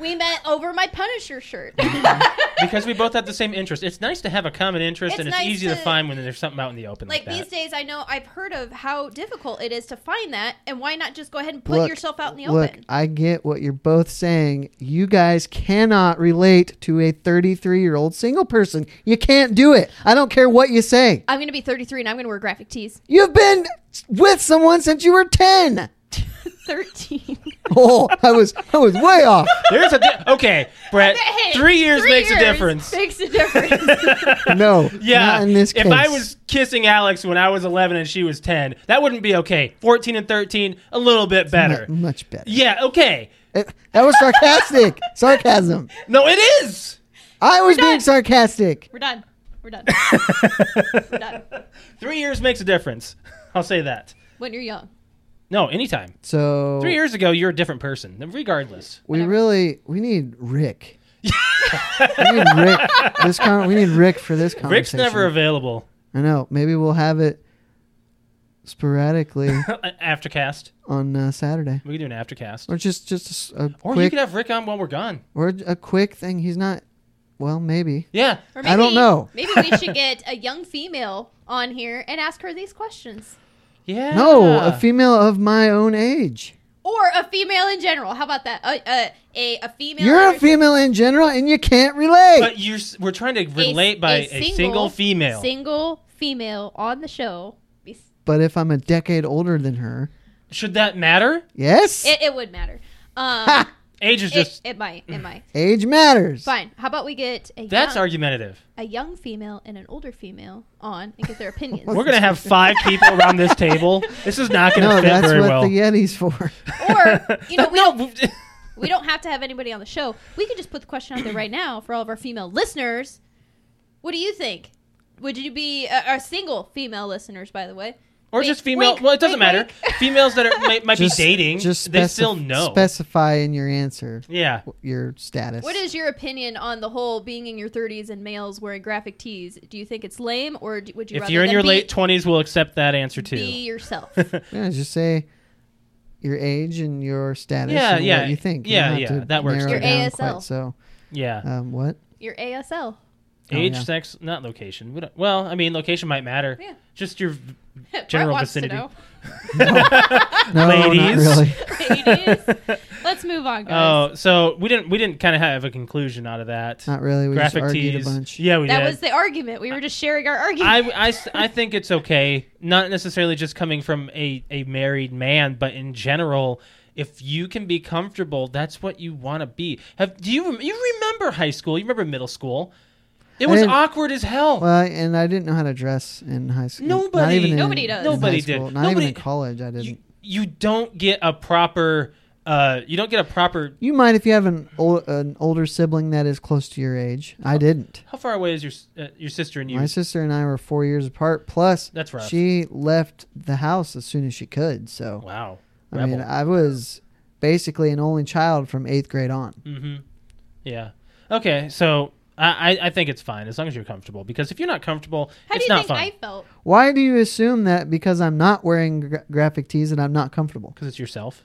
we met over my Punisher shirt.
[LAUGHS] because we both have the same interest. It's nice to have a common interest,
It's
and it's
nice
easy to,
to-
find when there's something out in the open like,
like these
that.
days, I know I've heard of how difficult it is to find that, and why not just go ahead and put
Look,
yourself out in the
Look,
open?
I get what you're both saying. You guys cannot relate to a 33 year old single person. You can't do it. I don't care what you say.
I'm gonna be 33 and I'm gonna wear graphic tees. [LAUGHS]
You've been with someone since you were 10.
13.
Oh, I was I was way off.
There's a di-
[LAUGHS]
okay, Brett.
Hey,
three years makes a
years
[LAUGHS]
difference.
Makes a difference. [LAUGHS]
No,
[LAUGHS] Yeah.
not in this case.
If I was kissing Alex when I was 11 and she was 10, that wouldn't be okay. 14 and 13, a little bit better.
Mu- much better.
Yeah, okay.
It- that was
[LAUGHS]
sarcastic. Sarcasm.
No, it
[LAUGHS]
is.
I was
done.
being sarcastic.
We're done. We're done. We're done.
Three years makes a difference. I'll say that.
[LAUGHS] When you're young.
No, anytime.
So
Three years ago, you're a different person, regardless.
we really we need
[LAUGHS]
Rick. we need Rick. This con- we need Rick for this conversation.
Rick's never available. [LAUGHS]
I know. Maybe we'll have it
[LAUGHS]
sporadically
aftercast.
on uh, Saturday,
We can do an aftercast.
or just just a s- a,
Or you
quick
could have Rick on while we're gone.
or a quick thing. He's not. Well, maybe.
Yeah.
Or
I don't know.
Maybe we should get a young female on here and ask her these questions.
Yeah.
No, a female of my own age.
Or a female in general. How about that? A, a, a, a female.
You're a
or-
female in general, and you can't relate.
But you're, s- we're trying to relate by a single, female.
Single female on the show. Be s-
But if I'm a decade older than her,
Should that matter?
yes,
It, it would matter.
[LAUGHS]
Um,
Age is
it,
just. Mm.
it might. It might.
age matters.
Fine. How about we get a
that's
young,
argumentative.
a young female and an older female on and
[LAUGHS]
get their opinions?
We're gonna have five people around this table. This is not gonna
No,
fit
that's
very
what
well.
the Yeti's for.
or [LAUGHS] you
[LAUGHS]
know, we don't,
no,
we don't have to have anybody on the show. We can just put the question out there right now for all of our female listeners What do you think? Would you be uh, our single female listeners, by the way?
Or
Wink,
just female.
wink,
well, it doesn't
wink,
matter.
[LAUGHS] wink.
Females that are, might, might
Just-
be dating,
Just
they
specif-
still know.
Specify in your answer
yeah.
w- your status.
What is your opinion on the whole being in your 30s and males wearing graphic tees? Do you think it's lame, or do, would you?
If
rather
you're in
them
your
be,
late 20s, we'll accept that answer too.
be yourself.
Yeah, just say your age and your status.
Yeah,
and
yeah,
What you think? You
yeah,
don't have
yeah,
to
that works
narrow
too.
it down
Your
quite
ASL.
So,
[LAUGHS] yeah.
um,
[LAUGHS]
what?
your [LAUGHS] ASL.
Oh,
Age,
yeah.
sex, not location. We don't- Well, I mean, location might matter.
Yeah.
Just your
Brett
General
wants to
vicinity.
know.
No, not
Ladies.
really.
Ladies. Let's move on, guys.
Oh, so we didn't we didn't kind of have a conclusion out of that.
Not really. We
Graphic
just argued
tees.
a bunch.
Yeah, we
that
did.
was the argument. We were just sharing our argument.
I, I s- I think it's okay, not necessarily just coming from a, a married man, but in general, if you can be comfortable, that's what you want to be. Have do you rem- you remember high school? You remember middle school? It
I
was
didn't-
awkward as hell.
Well, and I didn't know how to dress in high school. Not
Nobody-
even in-
Nobody does.
in high
Nobody did.
school. Not
Nobody-
even in college. I didn't.
you,
You,
you don't get a proper uh you don't get a proper
might if you have an old, an older sibling that is close to your age. I didn't.
how far away is your s- uh, your sister and you?
My sister and I were four years apart. Plus,
That's rough.
she left the house as soon as she could. So
wow.
I mean,
Rebel.
I was basically an only child from eighth grade on.
Mm-hmm. Yeah. Okay. So I, I I think it's fine as long as you're comfortable because if you're not comfortable,
How do
it's
you
not
think
fun
I felt?
Why do you assume that because I'm not wearing gra- graphic tees and I'm not comfortable?
because it's yourself.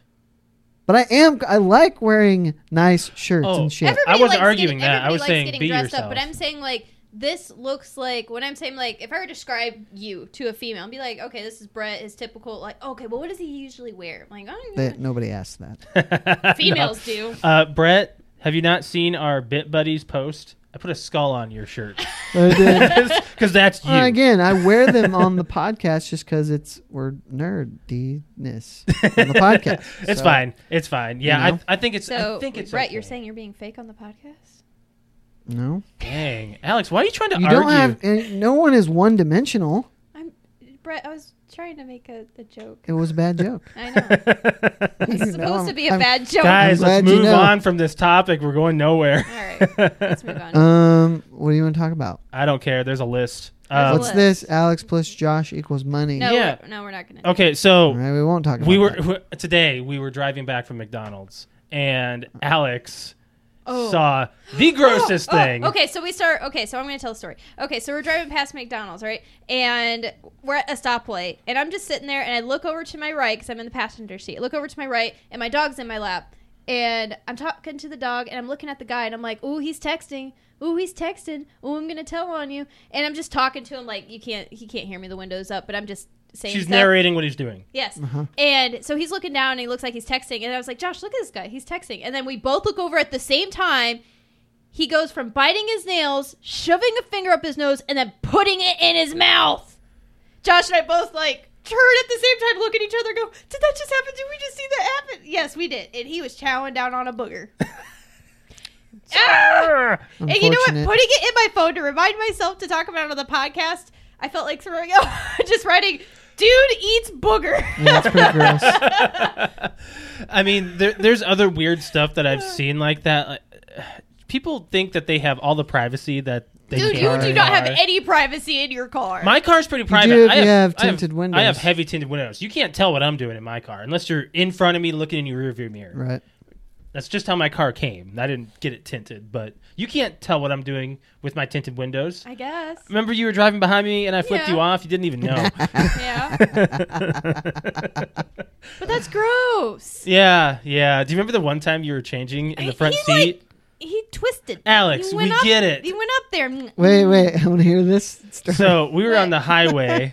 But I am. I like wearing nice shirts
Oh.
and shit.
I wasn't
likes getting-
arguing that. I
everybody
was
likes
saying
getting
be
dressed
yourself.
up, but I'm saying like this looks like when I'm saying like if I were to describe you to a female, I'd be like, okay, this is Brett, his typical like, okay, well, what does he usually wear? I'm like, oh,
that nobody asked that.
[LAUGHS]
females do.
No. Uh, Brett, have you not seen our Bit Buddies post? I put a skull on
[LAUGHS]
your shirt
[LAUGHS]
[LAUGHS]
I did.
because that's you.
Uh, again, I wear them on the podcast just because it's we're nerdiness on the podcast.
[LAUGHS] It's
So,
fine. It's fine. Yeah,
know?
I, I think it's.
So,
I think it's
Brett,
okay.
you're saying you're being fake on the podcast?
No,
Dang, Alex, why are you trying to
you
argue?
don't have. and No one is one dimensional.
I'm Brett. I was trying to make a, a joke.
It was a
[LAUGHS]
bad joke.
I
[LAUGHS]
know it's
You
supposed
know,
to
I'm-
be a
Um, I'm-
bad joke.
[LAUGHS] Guys,
I'm
let's
glad you
move
know.
on from this topic. We're going nowhere.
All right, let's
[LAUGHS]
move on.
Um, what do you want to talk about?
I don't care. There's a list.
There's a
Um,
What's
list.
this? Alex plus Josh equals money.
no,
yeah.
we're- no, we're not gonna.
okay, so
All right, we won't talk about.
we were
that.
wh- today we were driving back from mcdonald's and alex
Oh.
saw the grossest
[GASPS] Oh, oh,
thing
okay, so we start. Okay, so I'm going to tell a story. Okay, so we're driving past McDonald's, right? And we're at a stoplight, and I'm just sitting there, and I look over to my right because I'm in the passenger seat. I look over to my right, and my dog's in my lap, and I'm talking to the dog, and I'm looking at the guy, and I'm like, "Ooh, he's texting. Ooh, he's texting. Ooh, I'm going to tell on you." And I'm just talking to him like you can't. He can't hear me. The window's up, but I'm just saying.
she's
stuff.
narrating what he's [LAUGHS] doing
Yes. And so he's looking down and he looks like he's texting. And I was like, Josh, look at this guy. He's texting. And then we both look over at the same time. He goes from biting his nails, shoving a finger up his nose, and then putting it in his mouth. Josh and I both like turn at the same time, look at each other, and go, Did that just happen? Did we just see that happen? Yes, we did. And he was chowing down on a booger. Ah! And you know what?
Unfortunate.
Putting it in my phone to remind myself to talk about it on the podcast, I felt like throwing up. [LAUGHS] Just writing, dude eats booger.
Yeah, that's pretty
[LAUGHS]
gross.
i mean there, there's other weird stuff that i've seen like that Like, uh, people think that they have all the privacy that they
Dude,
can
you
in
do
their
not have
car.
any privacy in your car.
my car's pretty private.
do if
I
you
have,
have
I
tinted windows.
I have heavy tinted windows. You can't tell what I'm doing in my car unless you're in front of me looking in your rearview mirror.
Right.
That's just how my car came. I didn't get it tinted, but you can't tell what I'm doing with my tinted windows.
I guess.
[LAUGHS] Remember you were driving behind me and I flipped
Yeah.
you off? You didn't even know. [LAUGHS]
Yeah. but that's gross.
yeah, yeah. Do you remember the one time you were changing [LAUGHS] in the
He-
front
he,
seat?
like- He twisted.
Alex,
He went
we
up-
get it.
He went up there. and-
Wait, wait. [LAUGHS] I want to hear this
[LAUGHS]
story.
so we were on
What?
the highway.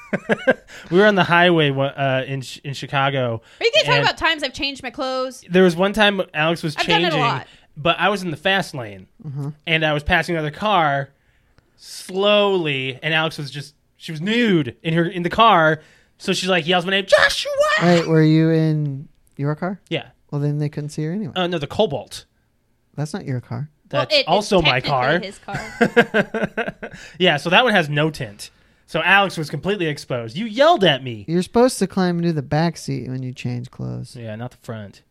[LAUGHS] we were on the highway uh, in Ch- in Chicago.
Are you going to talk
and-
about times I've changed my clothes?
There was one time Alex was
I've done that a
changing,
lot.
but I was in the fast lane and I was passing another car slowly, and Alex was just she was nude in her in the car, so she like yells my name, Joshua.
Wait, were you in your car?
Yeah.
Well, then they couldn't see her anyway.
Uh, no, the Cobalt.
That's not your car.
That's
Well, it is
also
technically
my car.
His car.
yeah, so that one has no tint. So Alex was completely exposed. You yelled at me.
You're supposed to climb into the back seat when you change clothes.
Yeah, not the front,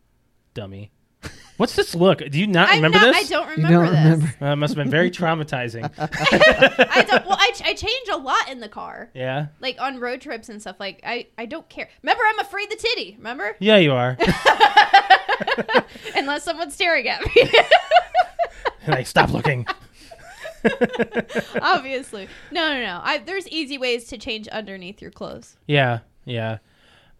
dummy. [LAUGHS] What's this look? Do you not
I'm
[LAUGHS] remember
not-
this?
I don't
You
remember
don't
this.
remember.
Uh, it must have been very
[LAUGHS]
traumatizing.
I don't. Well, I, ch- I change a lot in the car,
yeah.
like on road trips and stuff. Like I, I don't care. Remember, I'm afraid the titty. Remember, [LAUGHS]
Yeah, you are.
unless someone's staring at me. [LAUGHS]
like, stop looking.
Obviously, no, no, no. I, there's easy ways to change underneath your clothes.
Yeah, yeah.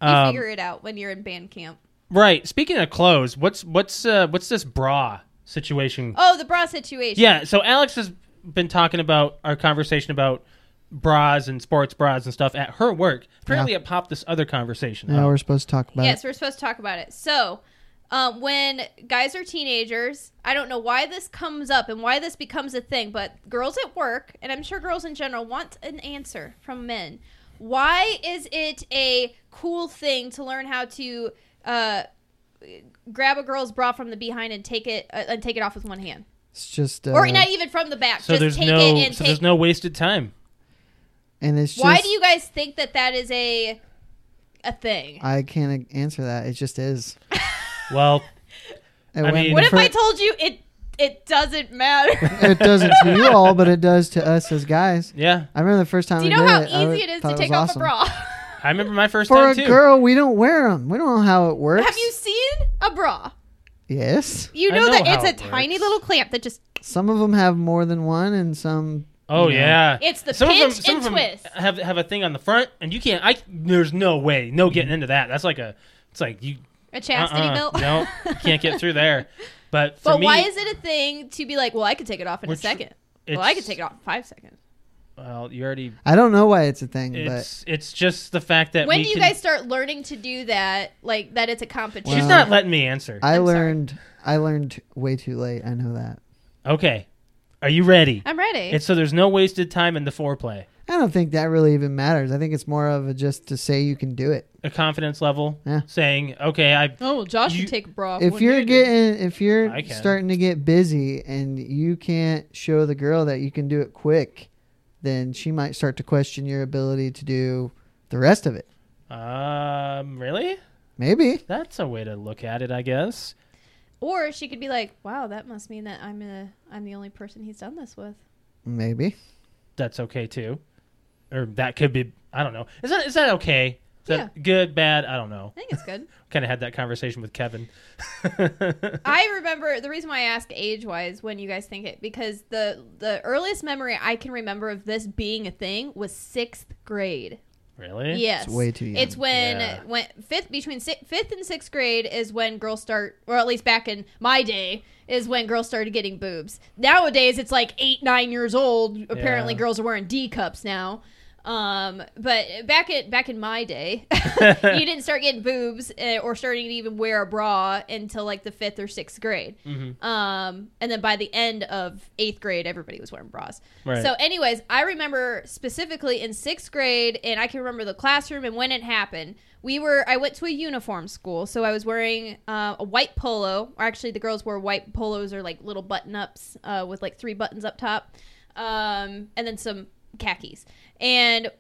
You
Um,
figure it out when you're in band camp.
right. Speaking of clothes, what's what's uh, what's this bra situation?
Oh, the bra situation.
Yeah. So Alex has been talking about our conversation about bras and sports bras and stuff at her work. Apparently, it popped this other conversation.
Now
up.
we're supposed to talk about
Yes,
it.
we're supposed to talk about it. So, um, when guys are teenagers, I don't know why this comes up and why this becomes a thing, but girls at work, and I'm sure girls in general, want an answer from men. Why is it a cool thing to learn how to uh, grab a girl's bra from the behind and take it uh, and take it off with one hand,
It's just uh,
or not even from the back?
so
just
there's
take
no
it and
so
take.
there's no wasted time.
and it's just
why do you guys think that that is a a thing?
I can't answer that. It just is.
Well,
It
I mean-
what if
for-
I told you it it doesn't matter?
[LAUGHS]
it doesn't to you all, but it does to us as guys.
yeah.
I remember the first time.
Do you
I
know
did
how
it, I
easy
would-
it is
thought
to
was
take off a
awesome.
bra? [LAUGHS]
I remember my first
For
time
a
too.
girl, we don't wear them. We don't know how it works.
Have you seen a bra?
Yes,
You
I
know,
know
that
how
it's a
it
tiny
works.
little clamp that just
some of them have more than one, and some.
Oh
you know.
yeah.
It's the
some of
pinch
them, some
and
of them
twist.
Have have a thing on the front, and you can't. I there's no way,
Mm-hmm.
no getting into that. That's like a. It's like you.
a chastity
uh-uh,
belt. [LAUGHS]
No, you can't get through there. But for
but
me,
why is it a thing to be like, well, I could take it off in a
Which-
second.
it's,
Well, I could take it off in five seconds.
Well, you already.
I don't know why it's a thing,
It's it's just the fact that
When
we
do you
can-
guys start learning to do that? Like that it's a competition.
She's not letting me answer.
but I
I'm sorry.
learned. I learned way too late. I know that.
okay, are you ready?
I'm ready.
It's so there's no wasted time in the foreplay.
I don't think that really even matters. I think it's more of a just to say you can do it.
A confidence level,
Yeah.
saying, "Okay, I
oh, well, Josh
You-
can take a bra. off
If
when
you're
do.
getting, if you're
I can.
starting to get busy and you can't show the girl that you can do it quick, then she might start to question your ability to do the rest of it.
um really?
Maybe.
That's a way to look at it, I guess."
or she could be like, wow, that must mean that I'm a I'm the only person he's done this with.
Maybe.
That's okay too, or that could be. I don't know. Is that is that okay? Is that good, bad? I don't know.
I think it's good.
Kind of had that conversation with Kevin.
I remember the reason why I ask age wise when you guys think it because the the earliest memory I can remember of this being a thing was sixth grade.
really?
Yes,
It's way too young.
It's when
Yeah.
when fifth between si- fifth and sixth grade is when girls start, or at least back in my day, is when girls started getting boobs. Nowadays, it's like eight nine years old. Apparently,
Yeah.
girls are wearing D cups now. Um, but back at back in my
[LAUGHS]
day, [LAUGHS] you didn't start getting boobs uh, or starting to even wear a bra until like the fifth or sixth grade.
Mm-hmm.
Um, and then by the end of eighth grade, everybody was wearing bras.
Right.
So, anyways, I remember specifically in sixth grade, and I can remember the classroom and when it happened. We were, I went to a uniform school, so I was wearing uh, a white polo. Or actually, the girls wore white polos or like little button ups uh, with like three buttons up top, um, and then some khakis. And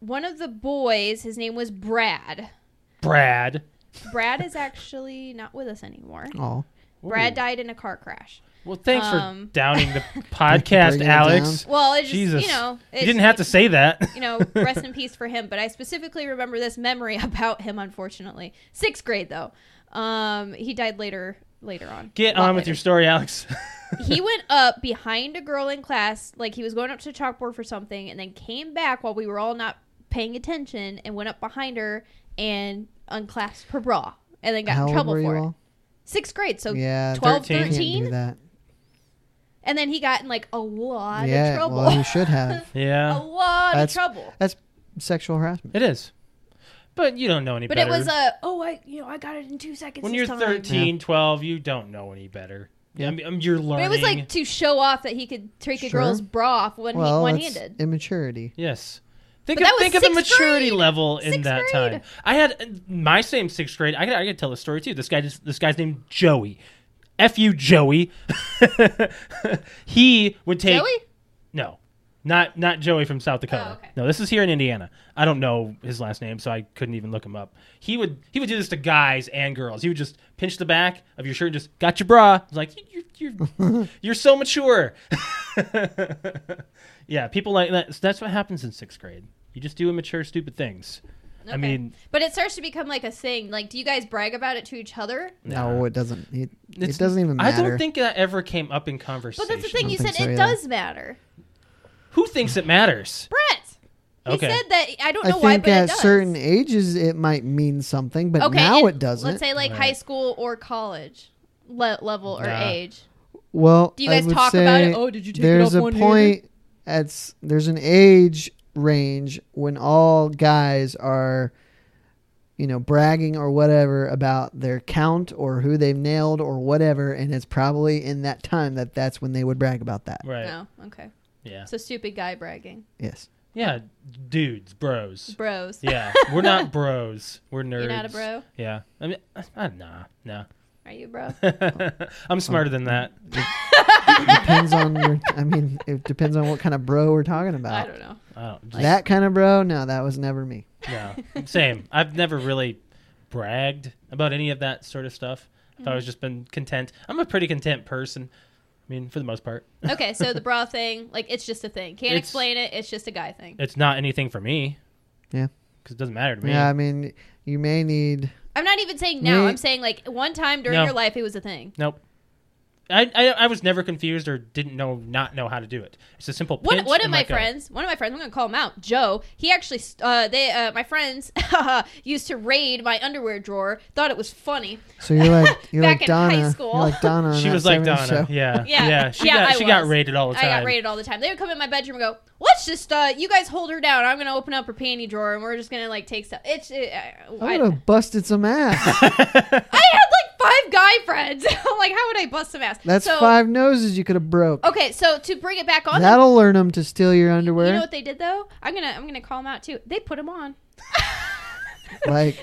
one of the boys, his name was Brad.
Brad.
Brad is actually not with us anymore.
Oh.
Brad died in a car crash.
Well, thanks
Um,
for downing
[LAUGHS]
the podcast,
Bringing it
Alex.
Well, it's just,
Jesus,
you know,
you
it's-
didn't have to say that.
[LAUGHS] you know, rest
[LAUGHS]
in peace for him. But I specifically remember this memory [LAUGHS] about him, unfortunately. Sixth grade though. Um, he died later later on.
Get
A lot
on with your
later.
story, Alex. [LAUGHS]
he went up behind a girl in class, like he was going up to the chalkboard for something, and then came back while we were all not paying attention and went up behind her and unclasped her bra. And then got
How
in
old
trouble
were you
for it.
all?
Sixth grade, so
Yeah.
12,
thirteen. Can't do
13?
that.
and then he got in like a lot of
Yeah.
trouble.
Well, you should have.
[LAUGHS] a
yeah,
lot
That's-
of trouble.
That's sexual harassment.
it is. But you don't know any
But
better.
it was a oh I you know I got it in two seconds.
when
this
you're
time.
13, 12, you don't know any better. Yeah, I mean, I mean, you're
But
learning.
it was like to show off that he could take a
Sure.
girl's bra off when
well,
he
that's
one-handed.
immaturity.
yes. Think
But
of,
that was
think of the
sixth
maturity
grade.
level in
Sixth
that
grade.
time. I had uh, my same sixth grade. I could, I could tell the story too. This guy just this guy's named Joey. F you, Joey. [LAUGHS] he would take
Joey?
no. Not not Joey from South Dakota.
Oh, okay.
No, this is here in Indiana. I don't know his last name, so I couldn't even look him up. He would he would do this to guys and girls. He would just pinch the back of your shirt and just got your bra. I was like you you
[LAUGHS]
you're, you're so mature. [LAUGHS] yeah, people like that. That's what happens in sixth grade. You just do immature, stupid things. I
Okay.
mean,
but it starts to become like a thing. Like, do you guys brag about it to each other?
No,
nah.
it doesn't. It,
It's-
it doesn't even matter.
I don't think that ever came up in conversation.
But that's the thing.
don't
You said
think so
it
either.
does matter.
Who thinks it matters?
Brett. He
Okay.
said that. I don't
I
know why,
think
but it
at
does.
certain ages it might mean something, but now
in-
it doesn't.
Let's say like
Right.
high school or college le- level or
Nah.
age.
well,
Do you
I
guys
would
talk about it?
say
Oh, did you take it
There's
off
a
one
point at s- there's an age range when all guys are, you know, bragging or whatever about their count or who they've nailed or whatever, and it's probably in that time that that's when they would brag about that.
Right.
No. Okay.
Yeah.
So stupid guy bragging.
Yes.
Yeah. Dudes, bros.
Bros.
Yeah. We're
[LAUGHS]
not bros. We're nerds.
You're not a bro.
Yeah. I mean, I, I, nah, nah. [LAUGHS]
Are you a bro?
I'm smarter
[LAUGHS]
than that.
depends on your. I mean, it depends on what kind of bro we're talking about.
I don't know.
I don't. Just,
that kind of bro? No, that was never me.
no. Same. I've never really bragged about any of that sort of stuff. I've
Mm-hmm.
always just been content. I'm a pretty content person. I mean, for the most part,
Okay, so the
[LAUGHS]
bra thing, like it's just a thing. Can't
It's-
explain it. It's just a guy thing.
it's not anything for me.
Yeah.
Because it doesn't matter to me.
Yeah, I mean, you may need.
I'm not even saying now.
Me-
I'm saying like one time during
No.
your life it was a thing.
Nope. I, I I was never confused or didn't know not know how to do it. It's a simple
One,
pinch
one of
and
my
let go.
friends, one of my friends, I'm gonna call him out, Joe. He actually, st- uh, they, uh, my friends, [LAUGHS] used to raid my underwear drawer. Thought it was funny.
So you're like
[LAUGHS]
you're
Back
like
in high
Donna.
school.
You're like Donna. on
She
that
was like
70s
Donna.
show.
Yeah.
Yeah.
Yeah. She
Yeah,
got
I
she got
was.
raided all the
I
time.
got raided all the time. They would come in my bedroom and go, "Let's just, uh, you guys hold her down. I'm gonna open up her panty drawer and we're just gonna like take stuff." It's, it, I,
I
I,
would have busted some ass.
[LAUGHS]
I had like five guy friends. [LAUGHS] I'm like, how would I bust some ass?
That's
so,
five noses you could have broke.
Okay, so to bring it back on, the
That'll learn them to steal your underwear.
You know what they did though? I'm gonna I'm gonna call them out too. They put them on.
like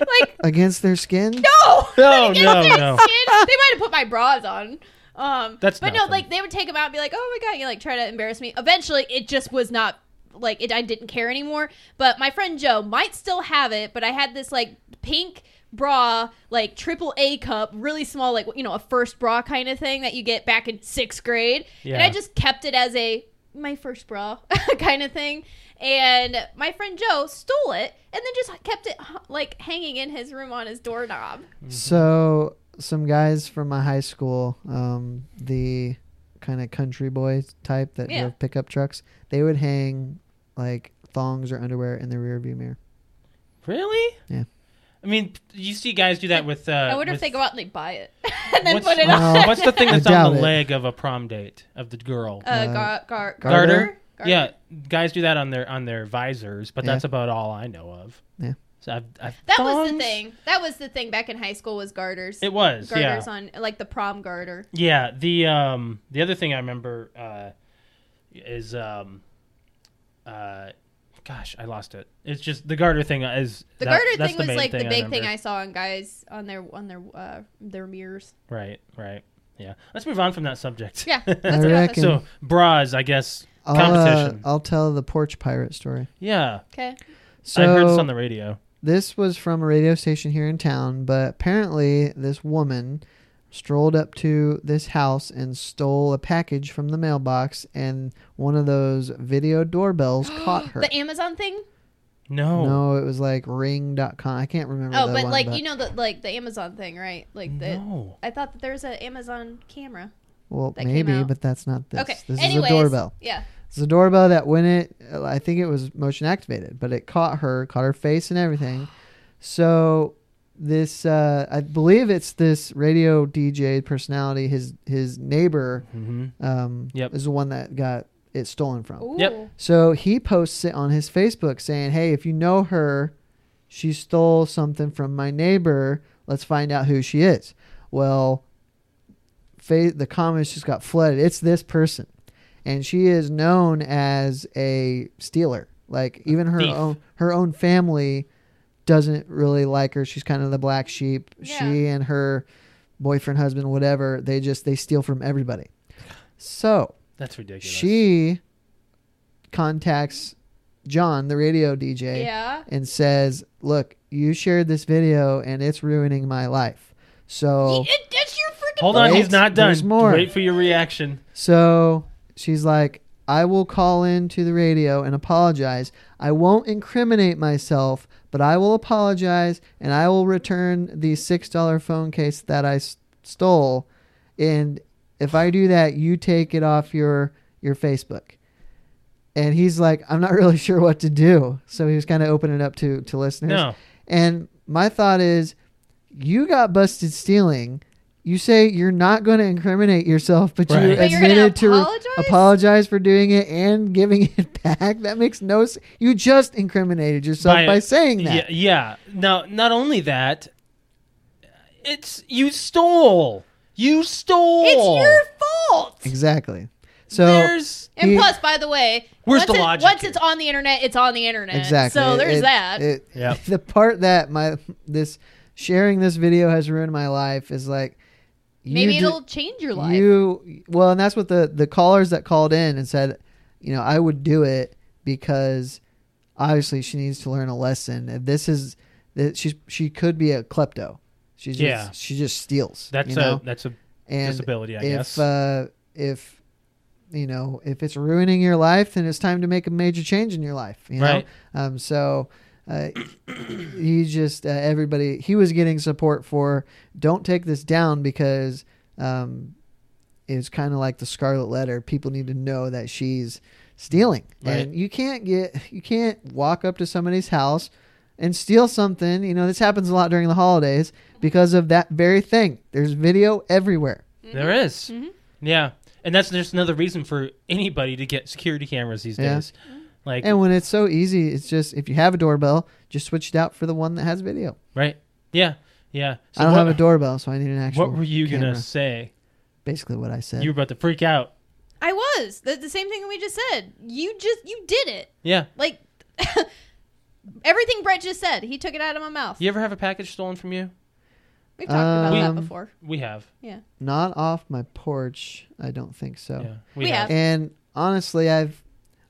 [LAUGHS] Like
against their skin.
no,
No,
Against
no,
their
no.
skin. They might have put my bras on. Um,
That's
but no,
nothing.
like they would take them out and be like, oh my god, you like try to embarrass me. Eventually, it just was not like it. I didn't care anymore. But my friend Joe might still have it, but I had this like pink bra like triple a cup really small like you know a first bra kind of thing that you get back in sixth grade and
Yeah.
i just kept it as a my first bra [LAUGHS] kind of thing and my friend joe stole it and then just kept it h- like hanging in his room on his doorknob
So some guys from my high school, um, the kind of country boy type that
Yeah.
drove pickup trucks, they would hang like thongs or underwear in the rearview mirror.
Really?
Yeah.
I mean, you see guys do that with. Uh,
I wonder
with,
if they go out and they buy it [LAUGHS] and then
what's,
put it
Well,
on.
What's the
[LAUGHS]
thing
I
that's on
doubt
the
it.
leg of a prom date of the girl?
Uh, gar- gar-
garter?
garter?
Yeah, guys do that on their on their visors, but
Yeah.
that's about all I know of.
Yeah.
So I've, I've
That was the
thongs?
thing. That was the thing back in high school was garters.
It was.
garters
yeah.
on like the prom garter.
Yeah, the um the other thing I remember uh is um uh gosh, I lost it. It's just the garter thing is
The
that-
garter
that's
thing was
main
like the big thing
remember.
I saw on guys on their on their uh, their
[LAUGHS]
mirrors.
Right, right. Yeah. Let's move on from that subject. [LAUGHS]
Yeah,
I
That's what I was-
reckon.
so bras, I guess
I'll, uh,
competition.
I'll tell the porch pirate story.
yeah.
Okay.
So
I heard this on the radio.
this was from a radio station here in town, but apparently this woman strolled up to this house and stole a package from the mailbox, and one of those
[GASPS]
video doorbells caught her.
The Amazon thing.
No.
No, it was like ring.com. I can't remember.
Oh,
the
but
one,
like you know the like the Amazon thing, right? Like the.
No.
I thought that there was an Amazon camera.
well,
that came
maybe,
out.
but that's not this.
okay.
This
Anyways,
is a doorbell.
Yeah.
It's a doorbell that when it, I think it was motion activated, but it caught her, caught her face and everything. So this, uh, I believe it's this radio DJ personality. His his neighbor
hmm
um,
Yep.
is the one that got it stolen from.
Ooh.
Yep.
So he posts it on his Facebook saying, "Hey, if you know her, she stole something from my neighbor. Let's find out who she is." Well, fa- the comments just got flooded. It's this person, and she is known as a stealer. Like even her
Thief.
own her own family doesn't really like her. She's kind of the black sheep. She
Yeah.
and her boyfriend, husband, whatever, they just they steal from everybody. So,
That's ridiculous.
she contacts John, the radio DJ,
Yeah.
and says, "Look, you shared this video and it's ruining my life." So,
It- that's your freaking.
Hold on,
Wait,
he's not done.
there's more.
Wait for your reaction.
so she's like, "I will call in to the radio and apologize. I won't incriminate myself, but I will apologize and I will return the $6 phone case that I s- stole and if I do that, you take it off your your Facebook." And he's like, "I'm not [LAUGHS] really sure what to do." So he was kind of opening it up to to listeners.
No.
And my thought is, you got busted stealing. You say you're not going to incriminate yourself, but you
Right.
But you're gonna
admitted to
apologize?
apologize for doing it and giving [LAUGHS] it back. That makes no. s You just incriminated yourself by,
By-
saying that.
Yeah, yeah. Now, not only that, it's you stole. You stole.
It's your fault.
Exactly. So
There's
And
He-
plus, by the way,
Where's
once
the
it-
logic
Once
here?
it's on the internet, it's on the internet.
exactly.
So
It-
there's
it-
that.
it- [LAUGHS]
Yep.
The part that my this sharing this video has ruined my life is like. you
Maybe
did-
it'll change your life.
You well, and that's what the the callers that called in and said, you know, I would do it because obviously she needs to learn a lesson. And this is that she's she could be a klepto. She just
Yeah.
she just steals.
that's
you
a
know?
that's a
and
disability, I
if
guess.
uh, if you know if it's ruining your life, then it's time to make a major change in your life. You
Right.
Know? Um. So. Uh, he just uh, everybody he was getting support for don't take this down because um it's kind of like the scarlet letter people need to know that she's stealing
Right.
and you can't get you can't walk up to somebody's house and steal something you know this happens a lot during the holidays because of that very thing there's video everywhere
there
Mm-hmm.
is. Yeah, and that's just another reason for anybody to get security cameras these
Yeah.
days. Like,
and when it's so easy it's just if you have a doorbell just switch it out for the one that has video
right? Yeah, yeah. So
i don't
what,
have a doorbell so i need an actual
What were you
camera.
gonna say?
basically what i said
You were about to freak out.
I was the, the same thing we just said. You just you did it.
Yeah.
Like [LAUGHS] everything Brett just said, he took it out of my mouth.
You ever have a package stolen from you?
We've talked about
Um,
that before.
We have.
not off my porch i don't think so
Yeah,
We have.
and honestly i've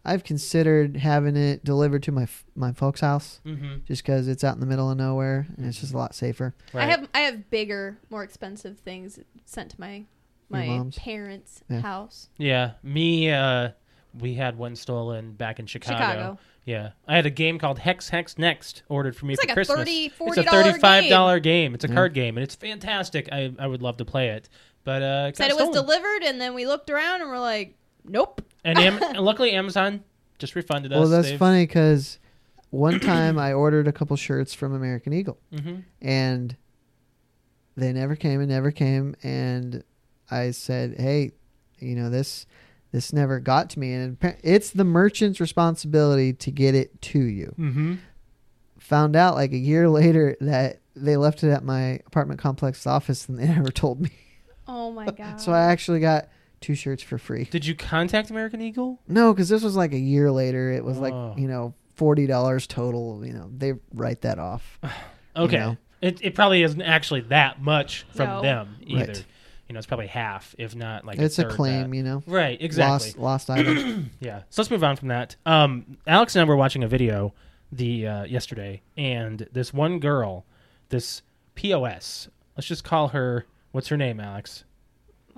i've considered having it delivered to my f- my folks house
Mm-hmm.
just because it's out in the middle of nowhere and it's just a lot safer
I have I have bigger, more expensive things sent to my my
mom's?
parents'
Yeah.
house.
Yeah, me. Uh, we had one stolen back in Chicago.
Chicago.
Yeah, I had a game called Hex Hex Next ordered for me
It's
for
like a
Christmas.
$30,
it's a
$40
thirty-five dollar game. It's a
Yeah.
card game, and it's fantastic. I, I would love to play it, but uh, it got
Said it was
stolen.
delivered, and then we looked around and we're like, nope.
and, Am- [LAUGHS] and luckily Amazon just refunded us.
well that's
They've-
funny because one time i ordered a couple shirts from american eagle
Mhm.
and they never came and never came and i said hey you know this this never got to me and appa- it's the merchant's responsibility to get it to you
Mhm.
found out like a year later that they left it at my apartment complex office and they [LAUGHS] never told me.
Oh
[LAUGHS]
my god.
So I actually got two shirts for free.
Did you contact American Eagle?
No, because this was like a year later. It was
Oh.
like, you know, $40 total. You know, they write that off.
Okay,
No.
it it probably isn't actually that much from
No.
them either.
Right.
You know, it's probably half, if not like
it's a
third that.
claim, you know.
Right, exactly.
Lost, lost item.
[CLEARS THROAT] Yeah. So let's move on from that. Um, Alex and I were watching a video the uh, yesterday, and this one girl, this POS, let's just call her. What's her name, Alex?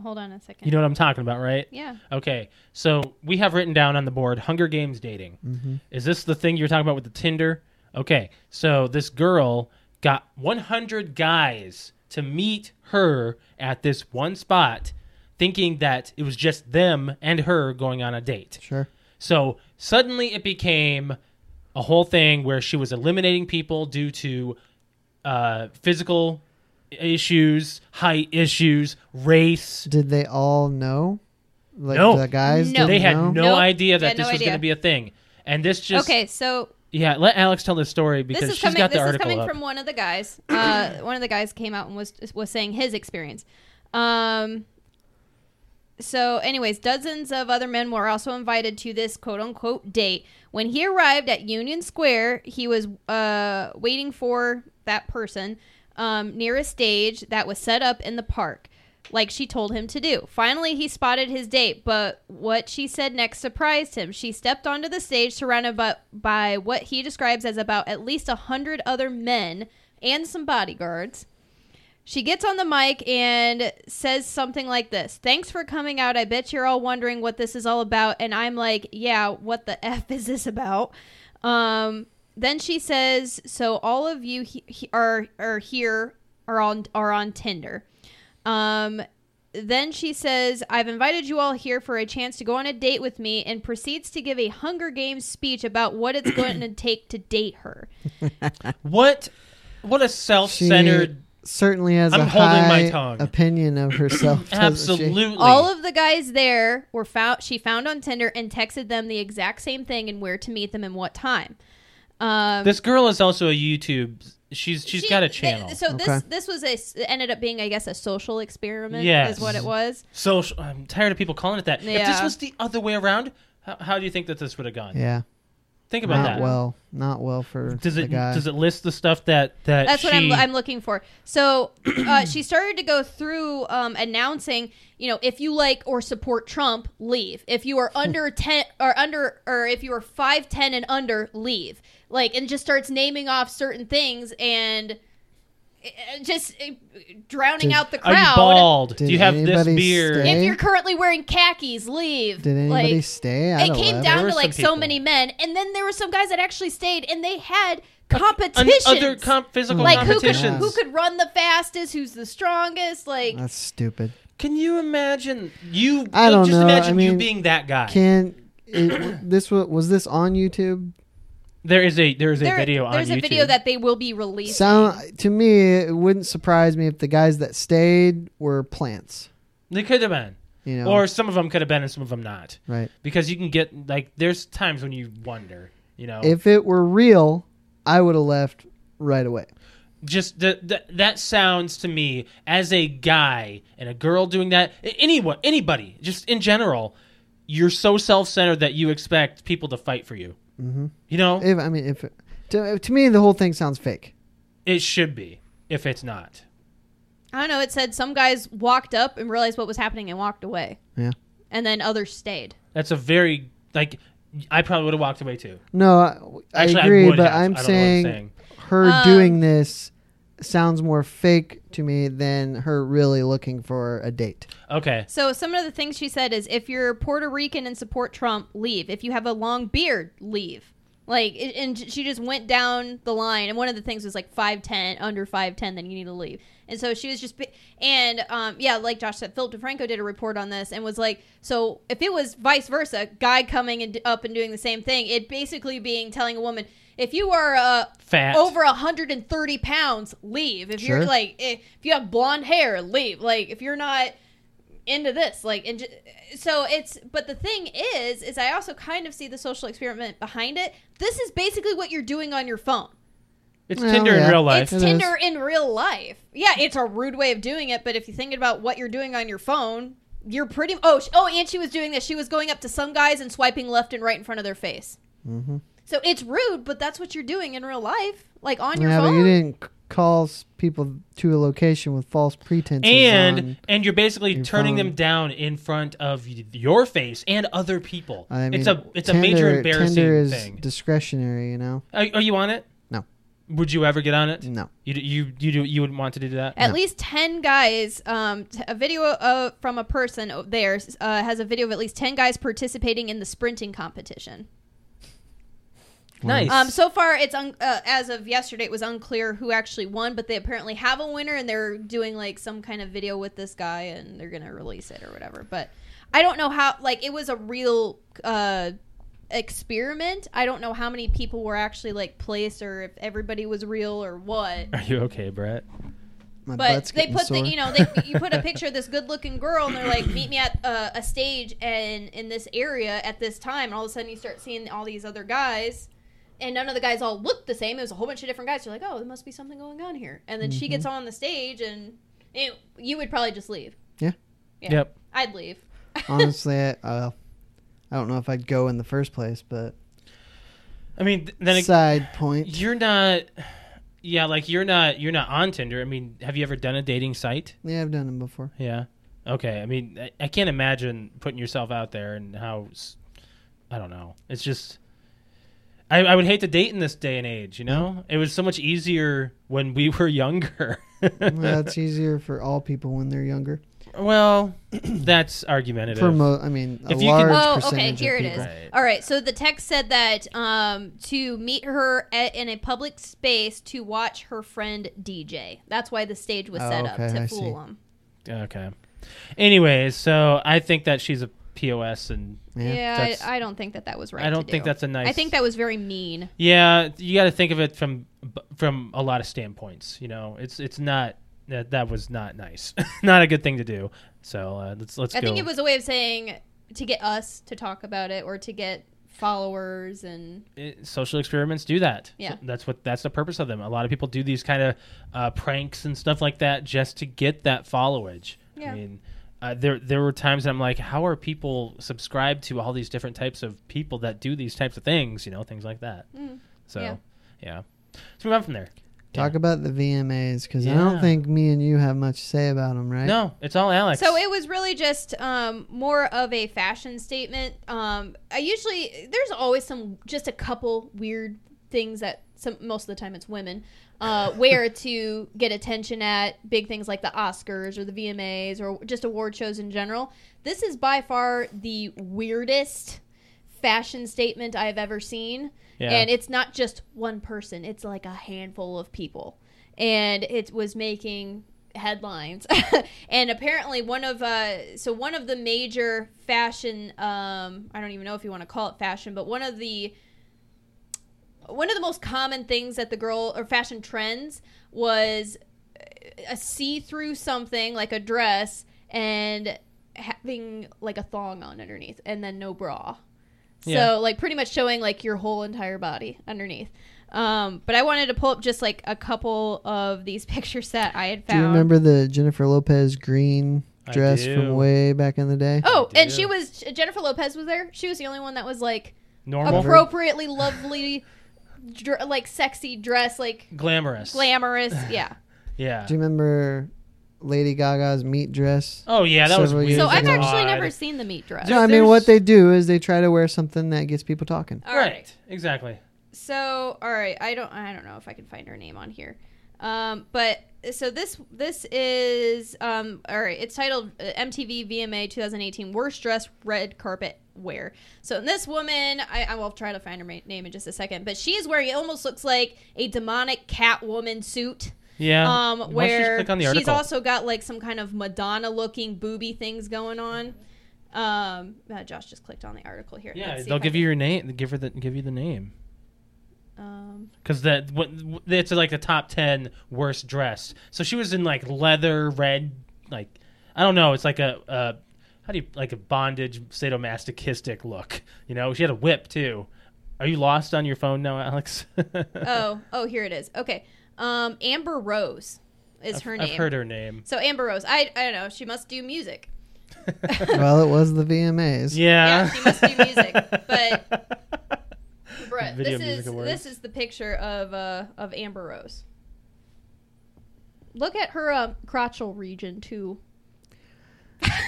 Hold on a second.
You know what I'm talking about, right?
yeah.
Okay. So we have written down on the board Hunger Games dating.
hmm
Is this the thing you're talking about with the Tinder? Okay. So this girl got 100 guys to meet her at this one spot, thinking that it was just them and her going on a date.
Sure.
So suddenly it became a whole thing where she was eliminating people due to uh, physical issues, height issues, race.
Did they all know? Like
No.
the guys?
No.
didn't
They had no
know?
Nope.
idea
They
that
had
this
no
was going
idea.
to be a thing. And this just
okay, so
yeah. Let Alex tell the story because
this is
she's
coming.
got the
this is
article
coming
up.
from one of the guys. Uh, [COUGHS] one of the guys came out and was was saying his experience. Um. So, anyways, dozens of other men were also invited to this quote unquote date. When he arrived at Union Square, he was uh, waiting for that person um, near a stage that was set up in the park. like she told him to do. Finally, he spotted his date, but what she said next surprised him. She stepped onto the stage surrounded by, by what he describes as about at least a hundred other men and some bodyguards. She gets on the mic and says something like this Thanks for coming out. I bet you're all wondering what this is all about. And I'm like, Yeah, what the [LAUGHS] F is this about? Um, then she says, So all of you he- he- are, are here are on, are on Tinder. Um, then she says, I've invited you all here for a chance to go on a date with me, and proceeds to give a Hunger Games speech about what it's going to take to date her.
What? What a
She
self-centered.
certainly has
I'm
a
holding my
high
tongue.
opinion
[CLEARS THROAT]
of herself. doesn't she?
absolutely.
All of the guys there were found. She found on Tinder and texted them the exact same thing and where to meet them and what time. Um,
this girl is also a YouTube. She's she's
she-
got a
th-
channel.
so this
Okay.
this was a s- ended up being I guess a social experiment.
Yes.
is what it was.
Social. I'm tired of people calling it that. If this
Yeah.
was the other way around, how, how do you think that this would have gone?
Yeah,
Think about
not
that.
well, not well for
Does
the
it
guy.
does it list the stuff that that
That's
she,
what I'm, I'm looking for. So uh, [CLEARS THROAT] she started to go through um, announcing, you know, if you like or support Trump, leave. If you are
Hmm.
under ten or under or if you are five ten and under, leave. Like, and just starts naming off certain things and uh, just uh, drowning
Did-
out the
Are you
crowd.
bald? Do
Did
you have this
anybody
beard?
stay?
If you're currently wearing khakis, leave.
Did anybody
like,
stay? At
it came
11?
There
down
were
to
some
like so
people.
many men, and then there were some guys that actually stayed, and they had
An-
competitions
other comp- physical
like who could,
competitions.
who could run the fastest who's the strongest like
That's stupid.
Can you imagine you?
I don't
just
know.
Imagine
I mean,
you being that guy.
Can it, [COUGHS] this was, was this on YouTube?
there is a there is a
there-
video on
there's
YouTube.
a video that they will be releasing
Sound to me, it wouldn't surprise me if the guys that stayed were plants.
they could have been,
You know,
or some of them could have been, and some of them not,
right?
because you can get like there's times when you wonder, you know,
If it were real, I would have left right away.
just the, the, that sounds to me as a guy and a girl doing that a- anyone anybody just in general you're so self-centered that you expect people to fight for you
Mhm.
you know it,
If I mean, if to, to me the whole thing sounds fake.
should be if it's not
i don't know it said some guys walked up and realized what was happening and walked away
Yeah.
and then others stayed
that's a very like i probably would have walked away too
No, I, I
Actually, I
agree,
would
but
have.
I'm
I don't know what I'm
saying,
saying.
her
Um,
doing this sounds more fake to me than her really looking for a date.
okay
so some of the things she said is if you're puerto rican and support trump leave if you have a long beard leave like it- and j- she just went down the line and one of the things was like 510 under 510 then you need to leave and so she was just bi- and um, yeah like josh said philip defranco did a report on this and was like so if it was vice versa guy coming and up and doing the same thing it basically being telling a woman if you are uh,
Fat.
over 130 pounds leave if
Sure.
you're like eh, if you have blonde hair leave like if you're not into this like and ju- so it's but the thing is is i also kind of see the social experiment behind it this is basically what you're doing on your phone
it's
Well,
tinder
Oh, yeah.
in real life
it's
It
tinder in real life yeah it's a rude way of doing it but if you think about what you're doing on your phone you're pretty oh sh- oh and she was doing this she was going up to some guys and swiping left and right in front of their face
Mhm.
so it's rude but that's what you're doing in real life like on your
yeah, but
phone
you didn't c- call s- people to a location with false pretenses.
and
on-
and you're basically
your
turning them
phone.
down in front of y- your face and other people
I mean,
it's a it's a
Tinder-
major embarrassing
Tinder is
thing
discretionary, you know.
are, are you on it
No. Mm.
would you ever get on it
No,
You you you do you would want to do that?
At
No.
least 10 guys, um, t- a video uh, from a person o- there uh, has a video of at least 10 guys participating in the sprinting competition.
Nice.
Um, so far, it's un- uh, as of yesterday, it was unclear who actually won, but they apparently have a winner and they're doing like some kind of video with this guy and they're going to release it or whatever. But I don't know how, like, it was a real uh, experiment. I don't know how many people were actually like placed or if everybody was real or what.
Are you okay, Brett?
my
But
butt's
they
getting
put
sore.
the you know [LAUGHS] they you put a picture of this good looking girl and they're like meet me at uh, a stage and in this area at this time and all of a sudden you start seeing all these other guys and none of the guys all look the same it was a whole bunch of different guys you're like oh there must be something going on here and then she
Mm-hmm.
gets on the stage and it, you would probably just leave
Yeah.
yeah
Yep.
I'd
[LAUGHS]
leave
Honestly, I, uh, I don't know if I'd go in the first place, but
I mean, th- then it,
side point.
you're not. yeah, like you're not you're not on Tinder. I mean, have you ever done a dating site?
Yeah, I've done them before.
Yeah. Okay. I mean, I, I can't imagine putting yourself out there and how. s- I don't know. It's just. I, I would hate to date in this day and age. You know, it was so much easier when we [LAUGHS] were younger.
[LAUGHS] Well, it's easier for all people when they're younger.
[LAUGHS] well, that's argumentative.
For mo- I mean, a
If you
large
can-
Oh, okay.
percentage
Here
of
it
people.
is.
Right.
All right. So the text said that um, to meet her at, in a public space to watch her friend DJ. That's why the stage was
Oh,
set up
okay,
to
I see.
fool him.
okay. Anyways, so I think that she's a pos and
Yeah.
Yeah,
That's-
I, I don't think that that was right.
I
to
don't think
do.
that's a nice.
I think that was very mean.
Yeah, you got to think of it from from a lot of standpoints. You know, it's it's not that that was not nice, [LAUGHS] not a good thing to do. So uh, let's let's.
I
go.
think it was a way of saying to get us to talk about it or to get followers and
it- eh, social experiments do that.
Yeah.
that's what that's the purpose of them. A lot of people do these kind of uh, pranks and stuff like that just to get that followage.
Yeah.
I mean, uh, there there were times I'm like, how are people subscribed to all these different types of people that do these types of things? You know, things like that.
Mm,
So,
yeah.
yeah. Let's move on from there.
Talk about the VMAs because I
Yeah.
don't think me and you have much to say about them, right?
No, it's all Alex.
so it was really just um, more of a fashion statement. Um, I usually there's always some just a couple weird things that some most of the time it's women uh,
[LAUGHS]
wear to get attention at big things like the Oscars or the VMAs or just award shows in general. This is by far the weirdest fashion statement I've ever seen.
Yeah.
And it's not just one person, it's like a handful of people. And it was making headlines. [LAUGHS] and apparently one of uh so one of the major fashion um I don't even know if you want to call it fashion, but one of the one of the most common things that the girl or fashion trends was a see-through something like a dress and having like a thong on underneath and then no bra.
Yeah.
So like pretty much showing like your whole entire body underneath. Um, but I wanted to pull up just like a couple of these [LAUGHS] pictures that I had
Do you
found.
remember the Jennifer Lopez green
I
dress
do.
from way back in the day?
Oh,
I
and
do.
she was Jennifer Lopez was there. She was the only one that was like
normal,
Appropriate.
appropriately lovely, dr- like sexy dress, like
glamorous,
glamorous. Yeah.
Yeah.
Do you remember Lady Gaga's meat dress?
Oh yeah, that was
Several
weird.
years
So
Is
I've
it
actually
Odd.
never seen the meat dress.
No, I mean
there's-
what they do is they try to wear something that gets people talking.
All
right.
right.
Exactly.
So, all right, I don't I don't know if I can find her name on here. Um, but so this this is um all right, it's titled uh, MTV VMA 2018 Worst Dress Red Carpet Wear. So in this woman, I, I will try to find her ma- name in just a second, but she is wearing it almost looks like a demonic Catwoman suit.
Yeah.
Um,
Why don't you just
where
click on the
she's
article?
also got like some kind of Madonna looking booby things going on. Um, uh, Josh just clicked on the article here.
yeah,
Let's see
they'll
if I
give
can-
you your name. Give her the give you the name
Um,
because that what it's like the top ten worst dressed. So she was in like leather, red, like I don't know. It's like a, a how do you like a bondage sadomasochistic look? You know, she had a whip too. Are you lost on your phone now, Alex?
oh, oh, here it is. Okay. Um, Amber Rose is
I've-
her
[LAUGHS] I've
name.
heard
[LAUGHS]
her name.
So Amber Rose, I, I don't know. She must do music. [LAUGHS]
well, it was the VMAs.
yeah.
Yeah, she must do music,
[LAUGHS]
but- Brett,
Video
this
Music
is
Awards.
this is the picture of uh of Amber Rose. Look at her um, crotchal region too.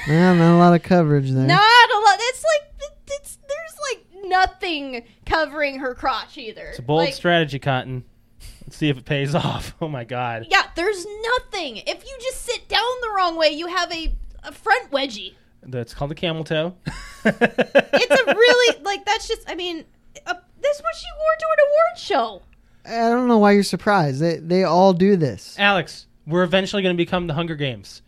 Yeah, not a lot of coverage there.
Not a lot. It's like it's there's like nothing covering her crotch either.
It's a bold
Like,
strategy, Cotton. Let's see if it pays [LAUGHS] off. Oh my God.
Yeah, there's nothing. If you just sit down the wrong way, you have a, a front wedgie.
That's called a camel toe.
It's a
[LAUGHS]
really like that's just. I mean, uh, that's what she wore to an award show.
I don't know why you're surprised. They they all do this.
Alex, we're eventually going to become the Hunger Games,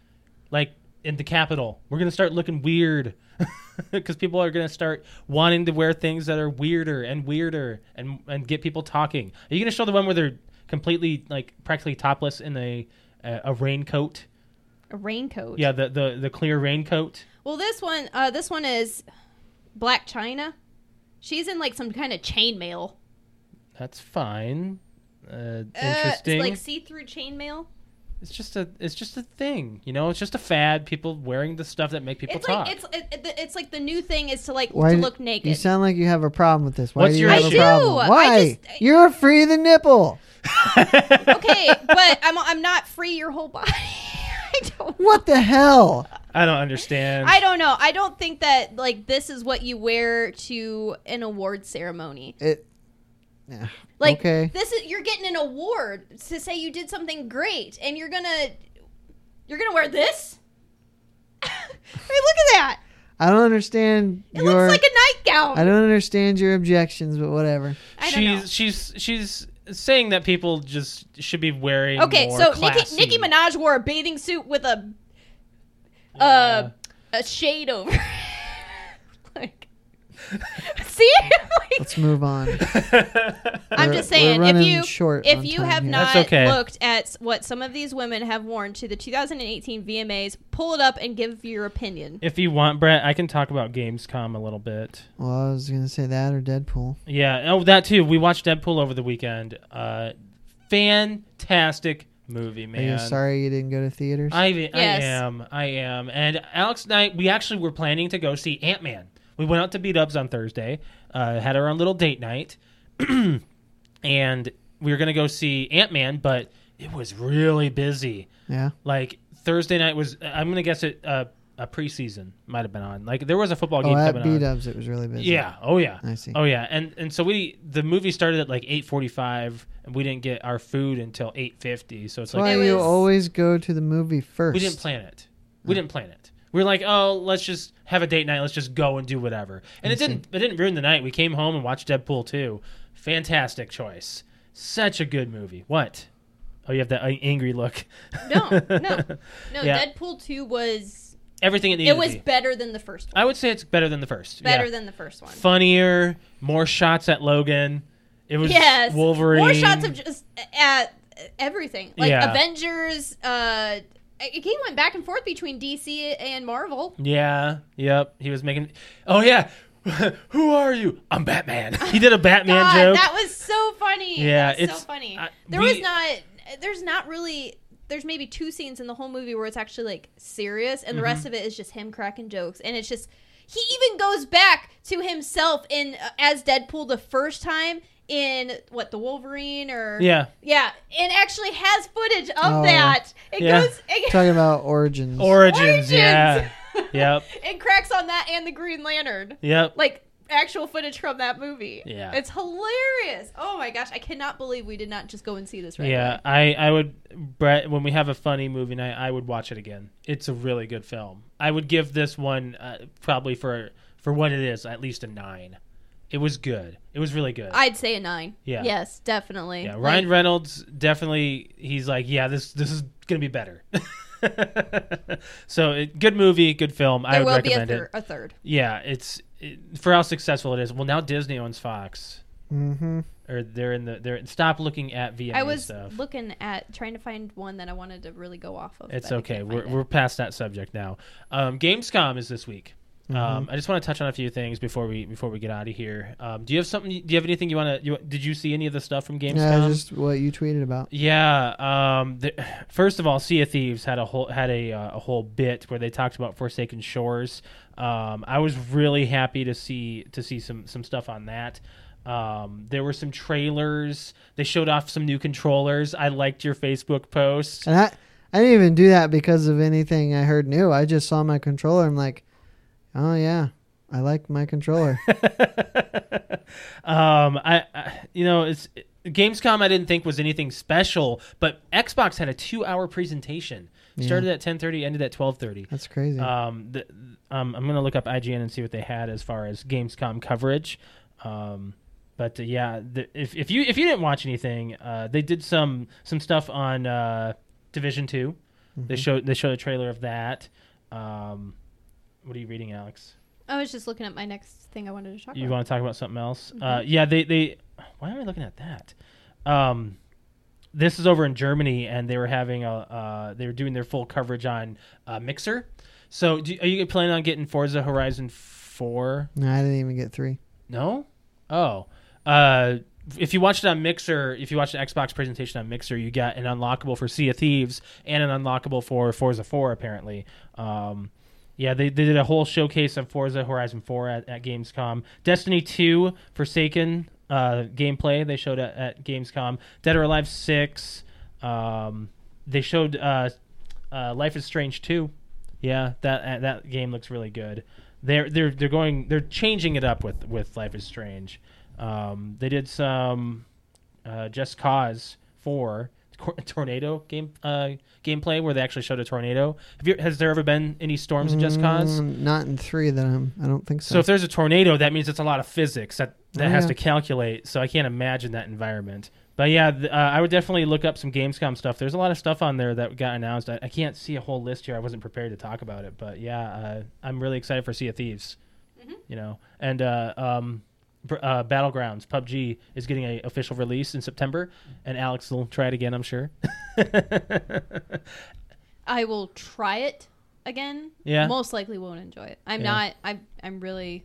like in the capital. We're going to start looking weird [LAUGHS] because people are going to start wanting to wear things that are weirder and weirder and and get people talking. Are you going to show the one where they're completely like practically topless in a a, a raincoat?
A raincoat.
Yeah, the, the the clear raincoat.
Well, this one, uh, this one is Black China. She's in like some kind of chainmail.
That's fine. Uh,
Uh, it's
interesting.
like see-through chainmail.
It's just a it's just a thing, you know. It's just a fad. People wearing the stuff that make people
It's
talk.
like it's it, it, it's like the new thing is to like
Why
to
d-
look naked.
You sound like you have a problem with this. Why
What's
do you
your
have
issue?
a
I
problem?
do.
Why?
I just-
You're free the nipple.
[LAUGHS]
[LAUGHS]
okay, but I'm I'm not free your whole body. [LAUGHS] I don't.
What the hell?
I don't understand.
I don't know. I don't think that like this is what you wear to an award ceremony.
It. Yeah.
Like
okay.
this is you're getting an award to say you did something great, and you're gonna you're gonna wear this. [LAUGHS] I mean, look at that.
I don't understand
It
your.
looks like a
I
nightgown.
don't understand your objections, but whatever.
I don't know.
she's she's she's saying that people just should be wearing.
Okay,
more
so
classy.
Nicki, Nicki Minaj wore a bathing suit with a uh, a shade over. it. [LAUGHS] like, see, [LAUGHS] Like,
Let's move on.
I'm
We're-
just saying,
we're
if
running
you
short
if
on
you
time
have
here.
not
That's okay.
looked at what some of these women have worn to the 2018 VMAs, pull it up and give your opinion.
[LAUGHS] if you want, Brett, I can talk about Gamescom a little bit.
Well, I was gonna say that or Deadpool.
Yeah. Oh, that too. We watched Deadpool over the weekend. Uh, fantastic movie, man.
Are you sorry you didn't go to theaters?
I, I
Yes.
am. I am. And Alex and I, we actually were planning to go see Ant Man. We went out to Beat Ups on Thursday, uh, had our own little date night, [CLEARS THROAT] and we were going to go see Ant Man, but it was really busy.
yeah.
Like, Thursday night was, I'm going to guess it, uh, a preseason might have been on. Like, there was a football
Oh,
game
at
coming on.
B Dubs it was really busy.
Yeah. Oh yeah.
I see.
Oh yeah. And and so we the movie started at like eight forty five, and we didn't get our food until eight fifty. So it's
That's why
like
It
you
was-
always go to the movie first.
we didn't plan it. We didn't plan it. We were like, oh, let's just have a date night. Let's just go and do whatever. And it didn't. It didn't ruin the night. We came home and watched Deadpool two. Fantastic choice. Such a good movie. What? Oh, you have that ang- angry look.
No, no, no.
Yeah.
Deadpool 2 was
[LAUGHS] Everything it needed.
it
to
was
be.
better than the first one.
I would say it's better than the first.
Better
Yeah.
than the first one.
funnier, more shots at Logan. It was
yes,
Wolverine.
More shots of just at everything, like
Yeah.
Avengers. Uh, it- he went back and forth between DC and Marvel.
Yeah. Yep. He was making. Oh yeah. [LAUGHS] Who are you? I'm Batman. [LAUGHS] he did a Batman
God,
joke.
that was so funny.
Yeah,
That was
it's-
so funny.
I-
there
we-
was not. There's not really. There's maybe two scenes in the whole movie where it's actually like serious, and the rest
Mm-hmm.
of it is just him cracking jokes, and it's just he even goes back to himself in uh, as Deadpool the first time in what the Wolverine or
yeah.
Yeah, and actually has footage of
Oh,
that. It
yeah.
goes it,
Talking about origins.
Origins.
Origins.
Yeah. yep.
it cracks on that [LAUGHS] and the Green Lantern.
Yep.
Like actual footage from that movie.
Yeah.
It's hilarious. Oh my gosh, I cannot believe we did not just go and see this right
yeah.
away.
I I would Brett when we have a funny movie night I would watch it again. It's a really good film. I would give this one uh, probably for for what it is at least a nine. It was good. It was really good.
I'd say a 9.
Yeah.
Yes, definitely.
yeah.
Like,
Ryan Reynolds definitely. He's like yeah. This this is gonna be better. [LAUGHS] so it, good movie, good film. I
there
would
will be a,
recommend it.
thir- a third.
Yeah, it's it, for how successful it is. Well, now Disney owns Fox,
Mm-hmm.
or they're in the they're stop looking at VMA
I was
stuff.
looking at trying to find one that I wanted to really go off of.
It's
but I
okay.
can't
We're
find it.
we're past that subject now. Um, Gamescom is this week.
Mm-hmm.
Um, I just want to touch on a few things before we before we get out of here. Um, do you have something? Do you have anything you want to? You, did you see any of the stuff from Gamescom?
Yeah, just what you tweeted about.
Yeah. Um, the, first of all, Sea of Thieves had a whole had a uh, a whole bit where they talked about Forsaken Shores. Um, I was really happy to see to see some some stuff on that. Um, there were some trailers. They showed off some new controllers. I liked your Facebook post.
And I, I didn't even do that because of anything I heard new. I just saw my controller. I'm like, oh yeah, I like my
[LAUGHS]
controller.
Um, I, I you know it's Gamescom. I didn't think was anything special, but Xbox had a two hour presentation. Started at ten thirty, ended at twelve thirty.
That's crazy.
Um, the, um, I'm gonna look up IGN and see what they had as far as Gamescom coverage. Um, but uh, yeah, the, if, if you if you didn't watch anything, uh, they did some some stuff on uh, Division 2 They showed they showed a trailer of that. Um, what are you reading, Alex?
I was just looking at my next thing I wanted to talk
You
about.
want to talk about something else? Uh, yeah, they they. Why am I looking at that? Um, this is over in Germany, and they were having a uh, they were doing their full coverage on uh, Mixer. So, do, are you planning on getting Forza Horizon Four?
no, I didn't even get three.
No. Oh. Uh, if you watched it on Mixer, if you watched an Xbox presentation on Mixer, you got an unlockable for Sea of Thieves and an unlockable for Forza 4, apparently. Um, yeah, they, they did a whole showcase of Forza Horizon 4 at, at Gamescom. Destiny 2, Forsaken uh, gameplay, they showed at, at Gamescom. Dead or Alive 6, um, they showed uh, uh, Life is Strange 2. Yeah, that uh, that game looks really good. They're they're they're going they're changing it up with with Life is Strange. Um, they did some uh, Just Cause Four cor- [LAUGHS] tornado game uh, gameplay where they actually showed a tornado. Have you, has there ever been any storms in Just Cause?
Mm, not in three that I'm. I don't think so.
So if there's a tornado, that means it's a lot of physics that that
Oh,
has
yeah.
to calculate. So I can't imagine that environment. But yeah, th- uh, I would definitely look up some Gamescom stuff. There's a lot of stuff on there that got announced. I, I can't see a whole list here. I wasn't prepared to talk about it, but yeah, uh, I'm really excited for Sea of Thieves. You know, and uh, um, br- uh, Battlegrounds PUBG is getting a official release in September, and Alex will try it again. I'm sure. [LAUGHS]
I will try it again.
Yeah.
Most likely won't enjoy it. I'm
Yeah.
not. I'm. I'm really.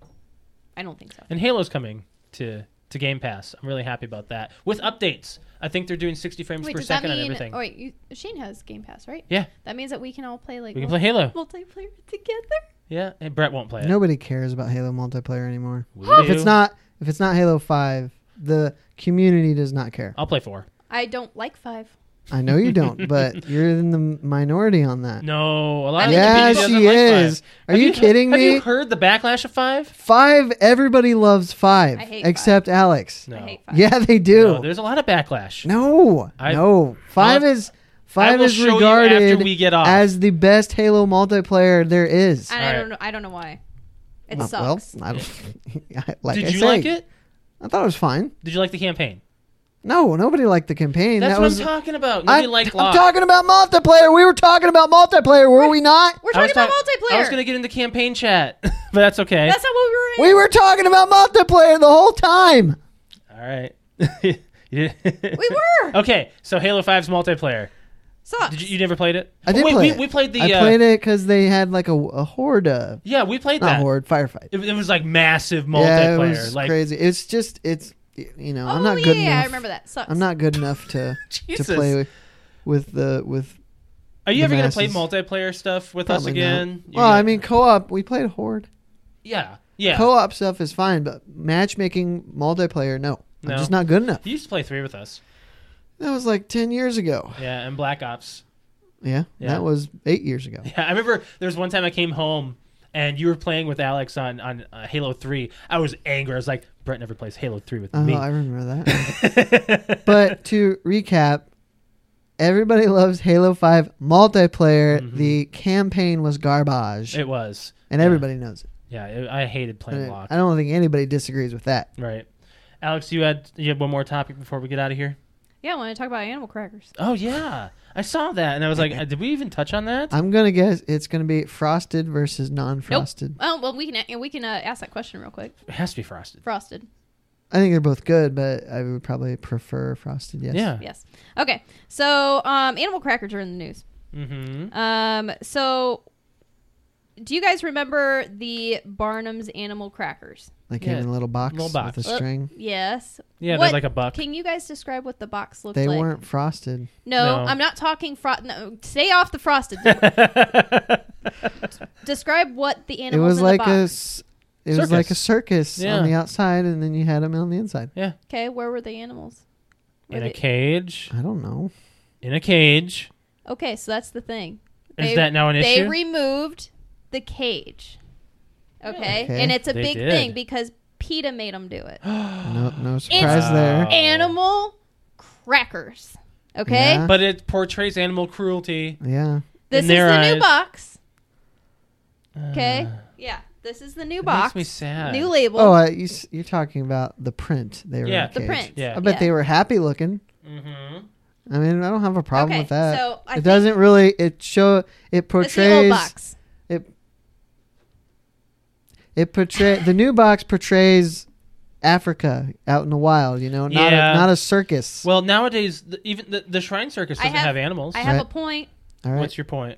I don't think so.
And Halo's coming to to Game Pass. I'm really happy about that. With updates, I think they're doing 60 frames
Wait,
per
does that
second on
mean?
everything.
Oh wait, you, Shane has Game Pass, right?
Yeah.
That means that we can all play like
We can play Halo.
mul- multiplayer together.
Yeah, and Brett won't play it.
Nobody cares about Halo multiplayer anymore.
We
If it's
do.
not, if it's not Halo Five, the community does not care.
I'll play four.
I don't like five.
I know you
[LAUGHS]
don't, but you're in the minority on that.
No, a
I
lot of
mean,
the
yeah,
community
she
doesn't like five.
is. Are
Have
you,
he-
kidding
have
me?
you heard the backlash of five?
Five. Everybody loves Five,
I hate Five.
except Alex.
No.
I hate five.
Yeah, they
No,
do.
there's a lot of backlash.
No,
I-
no. Five
I'll-
is Five
will
is
show you after
regarded
we get off.
as the best Halo multiplayer there is.
And I
Alright.
don't know. I don't know why. It
Uh, well,
sucks.
I don't- [LAUGHS] like
Did
I
you
say,
like it?
I thought it was fine.
Did you like the campaign?
No, nobody liked the campaign.
That's
that
what
was
I'm talking about.
I,
Nobody liked
am
Locke.
talking about multiplayer. We were talking about multiplayer, were we not?
We're
I
talking
was
about
talk-
multiplayer.
I was gonna get into campaign chat, [LAUGHS] but that's okay.
That's not what we were.
We were talking about multiplayer the whole time.
All right. [LAUGHS] You did-
We were.
[LAUGHS] Okay, so Halo 5's multiplayer.
Sucks.
Did you, you never played it?
I did
Wait,
play
we,
it.
we played the.
I
uh,
played it because they had like a, a horde of
Yeah, we played
not
that.
horde firefight.
It, it was like massive multiplayer.
Yeah, it was
like
crazy. It's just it's you know
oh
I'm not
yeah,
good
yeah,
enough.
I remember that. Sucks.
I'm not good
[LAUGHS]
enough to to
Jesus.
play with, with the with
Are you
the
ever gonna play
masses.
multiplayer stuff with us
probably not.
again? You're
Well, I
gonna-
mean co-op. We played horde.
yeah, yeah.
Co-op stuff is fine, but matchmaking multiplayer, no,
No.
I'm just not good enough.
you used to play three with us.
That was like ten years ago.
Yeah, and Black Ops. [LAUGHS]
Yeah,
Yeah.
that was eight years ago.
Yeah, I remember there was one time I came home and you were playing with Alex on on uh, Halo Three. I was angry. I was like, Brett never plays Halo Three with
Oh,
me.
I remember that.
[LAUGHS]
but to recap, everybody loves Halo 5 multiplayer. The campaign was garbage,
Mm-hmm. it was.
and everybody knows it.
Yeah, it, I hated playing
And
Lock.
I don't think anybody disagrees with that.
Right. Alex, you had you had one more topic before we get out of here.
Yeah, I want to talk about animal crackers.
Oh yeah, I saw that and I was
[LAUGHS]
like, uh, did we even touch on that?
I'm going to guess it's going to be frosted versus non frosted.
Oh well, we can we can uh, ask that question real quick.
It has to be frosted.
Frosted.
I think they're both good, but I would probably prefer frosted, yes.
Yeah.
Yes. Okay. So, um, animal crackers are in the news.
Mm-hmm.
Um, so, do you guys remember the Barnum's animal crackers?
They came
Yeah.
in a little box,
Little box.
with a
Uh,
string.
Yes.
Yeah,
What-
they're like a buck.
Can you guys describe what the box looked
They
like?
weren't frosted.
No,
No.
I'm not talking fro. No, stay off the frosted.
[LAUGHS]
describe what the
It
animals
was
in
like
the
a.
box.
s- It was like a circus
Yeah.
on the outside, and then you had them on the inside.
okay, where were the animals? Were
[LAUGHS] in a
they-
cage.
I don't know.
In a cage.
okay, so that's the thing.
Is
They-
that now an
they
issue?
removed the cage. Okay?
Okay.
And it's a
They
big
did.
thing because PETA made them do it.
[SIGHS]
No, no surprise
Oh.
there.
Animal crackers. Okay?
Yeah.
but it portrays animal cruelty.
Yeah.
This
In
is
their
the
eyes.
new box. Okay?
Uh,
yeah. This is the new
that
box.
Makes me sad.
New label.
Oh, uh, you, s- you're talking about the print they were.
Yeah.
in
the
cage.
print.
Yeah.
I bet they were happy looking.
mm-hmm.
I mean, I don't have a problem
Okay,
with that.
so I
it
think-
doesn't really. It show. It
It's the old
portrays.
box.
It portray the new box portrays Africa out in the wild. You know, not
Yeah.
a, not a circus.
Well, nowadays, the, even the, the shrine circus
I
doesn't have,
have-
animals.
I have a
Right.
point.
All right.
What's your point?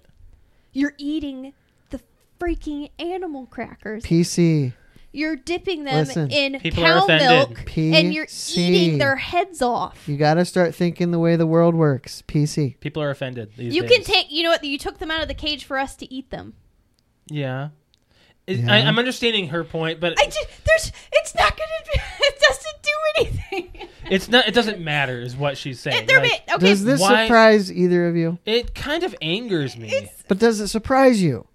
You're eating the freaking animal crackers.
PC.
You're dipping them
Listen.
in
People are
cow
offended.
milk,
PC.
and you're eating their heads off.
You got to start thinking the way the world works. PC.
People are offended. These
You
days.
can take. You know what? You took them out of the cage for us to eat them.
Yeah. It-
Yeah.
I, I'm understanding her point, but
I just there's. It's not gonna. Be, [LAUGHS] it doesn't do anything.
it's not. It doesn't matter, is what she's saying.
They're
Like,
ma- okay.
Does this
why-
surprise either of you?
it kind of angers me.
It's
But does it surprise you?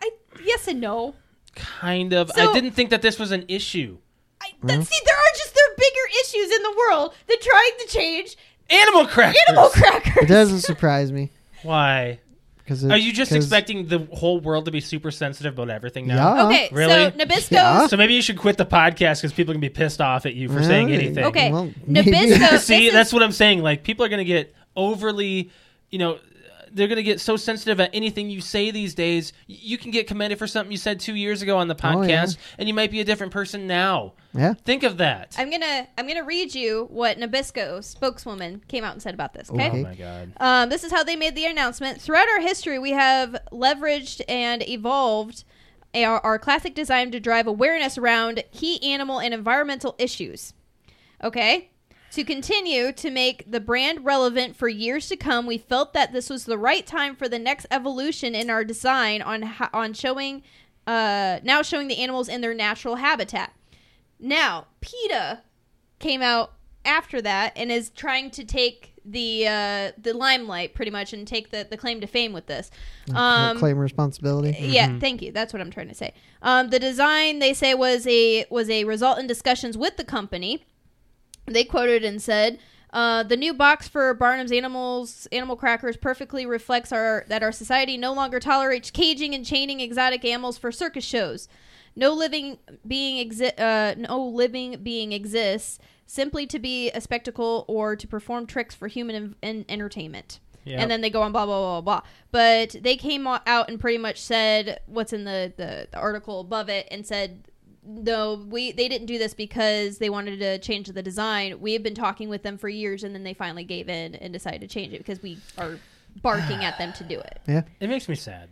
I yes and no.
kind of.
So-
I didn't think that this was an issue.
I, that, see, there are just there are bigger issues in the world than trying to change
Animal crackers.
animal
It
crackers. [LAUGHS]
doesn't surprise me.
Why?
Cause
Are you just
expecting?
expecting the whole world to be super sensitive about everything now?
Yeah.
Okay,
Really?
so Nabisco's
Yeah.
So maybe you should quit the podcast because people can be pissed off at you for saying
Really?
anything. [LAUGHS]
Okay,
Well, maybe.
Nabisco.
See,
this
that's
is,
what I'm saying. Like people are going to get overly, you know, they're going to get so sensitive at anything you say these days. Y- You can get commended for something you said two years ago on the podcast,
Oh, yeah.
and you might be a different person now.
[LAUGHS] Yeah.
Think of that.
I'm gonna I'm gonna read you what Nabisco spokeswoman came out and said about this.
Okay.
Okay.
Oh my god.
Um, this is how they made the announcement. Throughout our history, we have leveraged and evolved our, our classic design to drive awareness around key animal and environmental issues. Okay? To continue to make the brand relevant for years to come, we felt that this was the right time for the next evolution in our design on ho- on showing uh, now showing the animals in their natural habitat. Now, PETA came out after that and is trying to take the uh, the limelight pretty much and take the, the claim to fame with this. Um,
claim responsibility.
yeah, thank you. That's what I'm trying to say. Um, the design they say was a was a result in discussions with the company. They quoted and said, uh, "The new box for Barnum's Animals Animal Crackers perfectly reflects our that our society no longer tolerates caging and chaining exotic animals for circus shows. No living being exi- uh, no living being exists." Simply to be a spectacle or to perform tricks for human en- en- entertainment
Yeah.
and then they go on blah blah blah blah. blah. But they came o- out and pretty much said what's in the, the the article above it and said no, we they didn't do this because they wanted to change the design. We have been talking with them for years, and then they finally gave in and decided to change it because we are barking at them to do it.
Yeah.
it makes me sad.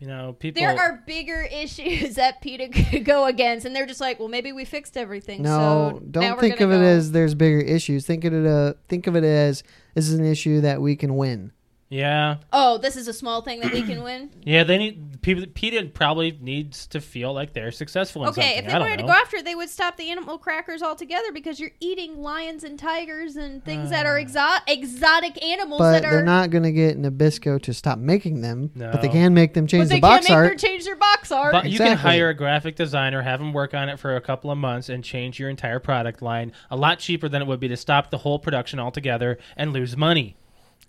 You know, people.
There are bigger [LAUGHS] issues that PETA could [LAUGHS] go against, and they're just like, well, maybe we fixed everything.
No,
so now
don't
we're
think of
gonna
it
go-
as there's bigger issues. Think of it. Uh, think of it as this is an issue that we can win.
Yeah,
oh, this is a small thing that we can win.
yeah. They need people. Peter probably needs to feel like they're successful. In
Okay,
something.
if
I
they
don't
wanted to
know.
go after it, they would stop the animal crackers altogether because you're eating lions and tigers and things that
Uh.
are exo- exotic animals
But
that
they're
are.
not going to get Nabisco to stop making them. But they
No.
can make them change
but they
the box
can't make
art.
their change their box art.
But you can
Exactly.
hire a graphic designer, have them work on it for a couple of months, and change your entire product line a lot cheaper than it would be to stop the whole production altogether and lose money.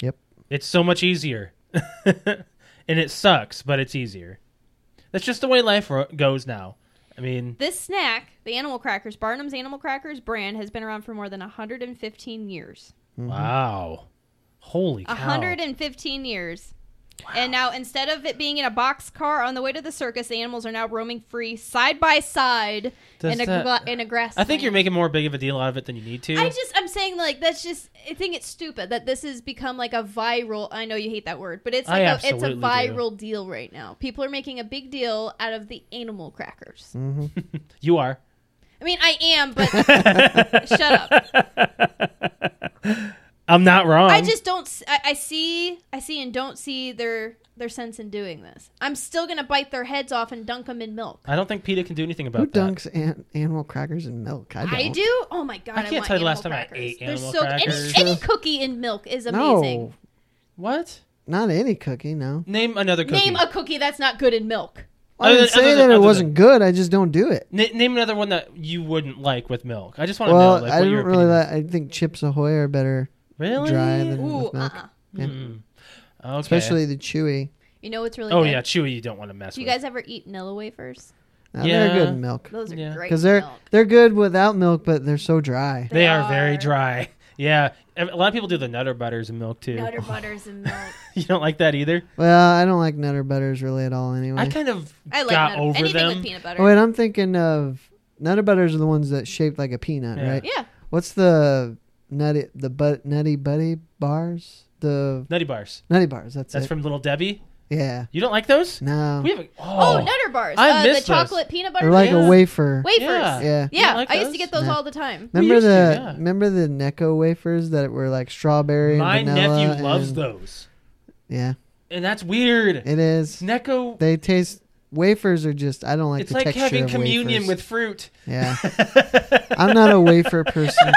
Yep.
It's so much easier. [LAUGHS] and it sucks, but it's easier. That's just the way life ro- goes now. I mean,
this snack, the animal crackers, Barnum's Animal Crackers brand, has been around for more than 115 years.
Mm-hmm.
wow. Holy cow.
115 years. And now, instead of it being in a box car on the way to the circus, the animals are now roaming free, side by side,
Does
in a,
that-
gla- in a grass.
I think you're making more big of a deal out of it than you need to.
I just I'm saying like that's just I think it's stupid that this has become like a viral. I know you hate that word, but it's like
I
a, it's a
absolutely do.
viral deal right now. People are making a big deal out of the animal crackers.
you are.
I mean, I am,
[LAUGHS]
but shut up.
[LAUGHS] I'm not wrong.
I just don't. s- I, I see I see and don't see their their sense in doing this. I'm still gonna bite their heads off and dunk them in milk.
I don't think PETA can do anything about
Who
that.
dunks an- animal crackers in milk? I don't.
I do. Oh my god!
I can't
want
tell you the last
animal
time I
crackers.
ate
They're
animal
so,
crackers.
Any, any cookie in milk is
No,
amazing.
What?
not any cookie. No.
Name another cookie.
Name a cookie that's not good in milk.
I
Other
didn't
than-
say
other
that
than-
it
other
wasn't good. I just don't do it.
N- name another one that you wouldn't like with milk. I just want to
Well,
know. Like,
I
what
don't
your
really.
opinion
Like, I think Chips Ahoy are better,
is. really
dry than
Ooh,
with milk.
uh-uh.
Yeah.
Mm. Okay.
Especially the chewy.
You know what's really
Oh
good?
yeah, chewy. You don't want to mess
Do you
with.
guys ever eat Nilla wafers?
Now, They're
Yeah.
good in milk.
Those are
Yeah.
great.
because they're
milk.
they're good without milk, but they're so dry.
they,
They
are, very
are.
dry. [LAUGHS] Yeah, Ev- a lot of people do the nutter butters and milk too.
Nutter butters and milk.
[LAUGHS] you don't like that either.
Well, I don't like Nutter Butters really at all. Anyway,
I kind of
I like
got
nutter-
over
anything
them.
with peanut butter.
oh, wait, I'm thinking of Nutter Butters are the ones that shaped like a peanut,
Yeah.
right?
yeah,
What's the nutty the but nutty buddy bars? The
Nutty bars.
nutty bars. That's,
That's
it.
from Little Debbie.
Yeah.
You don't like those?
No.
We have a,
Oh,
oh,
Nutter Bars.
I
uh, the
miss those.
chocolate peanut butter
Or like
Yeah.
a wafer.
wafers.
Yeah.
Yeah,
Yeah.
You don't like
I used to get those
No.
all the
[LAUGHS]
time.
Remember
used to,
the
yeah.
remember the Necco wafers that were like strawberry
my
and vanilla.
nephew loves
and-
those,
Yeah,
and that's weird.
it is.
Necco,
They taste. Wafers are just. I don't like
it's
the
like
texture
having
of wafers.
communion with fruit.
Yeah. [LAUGHS] I'm not a wafer person.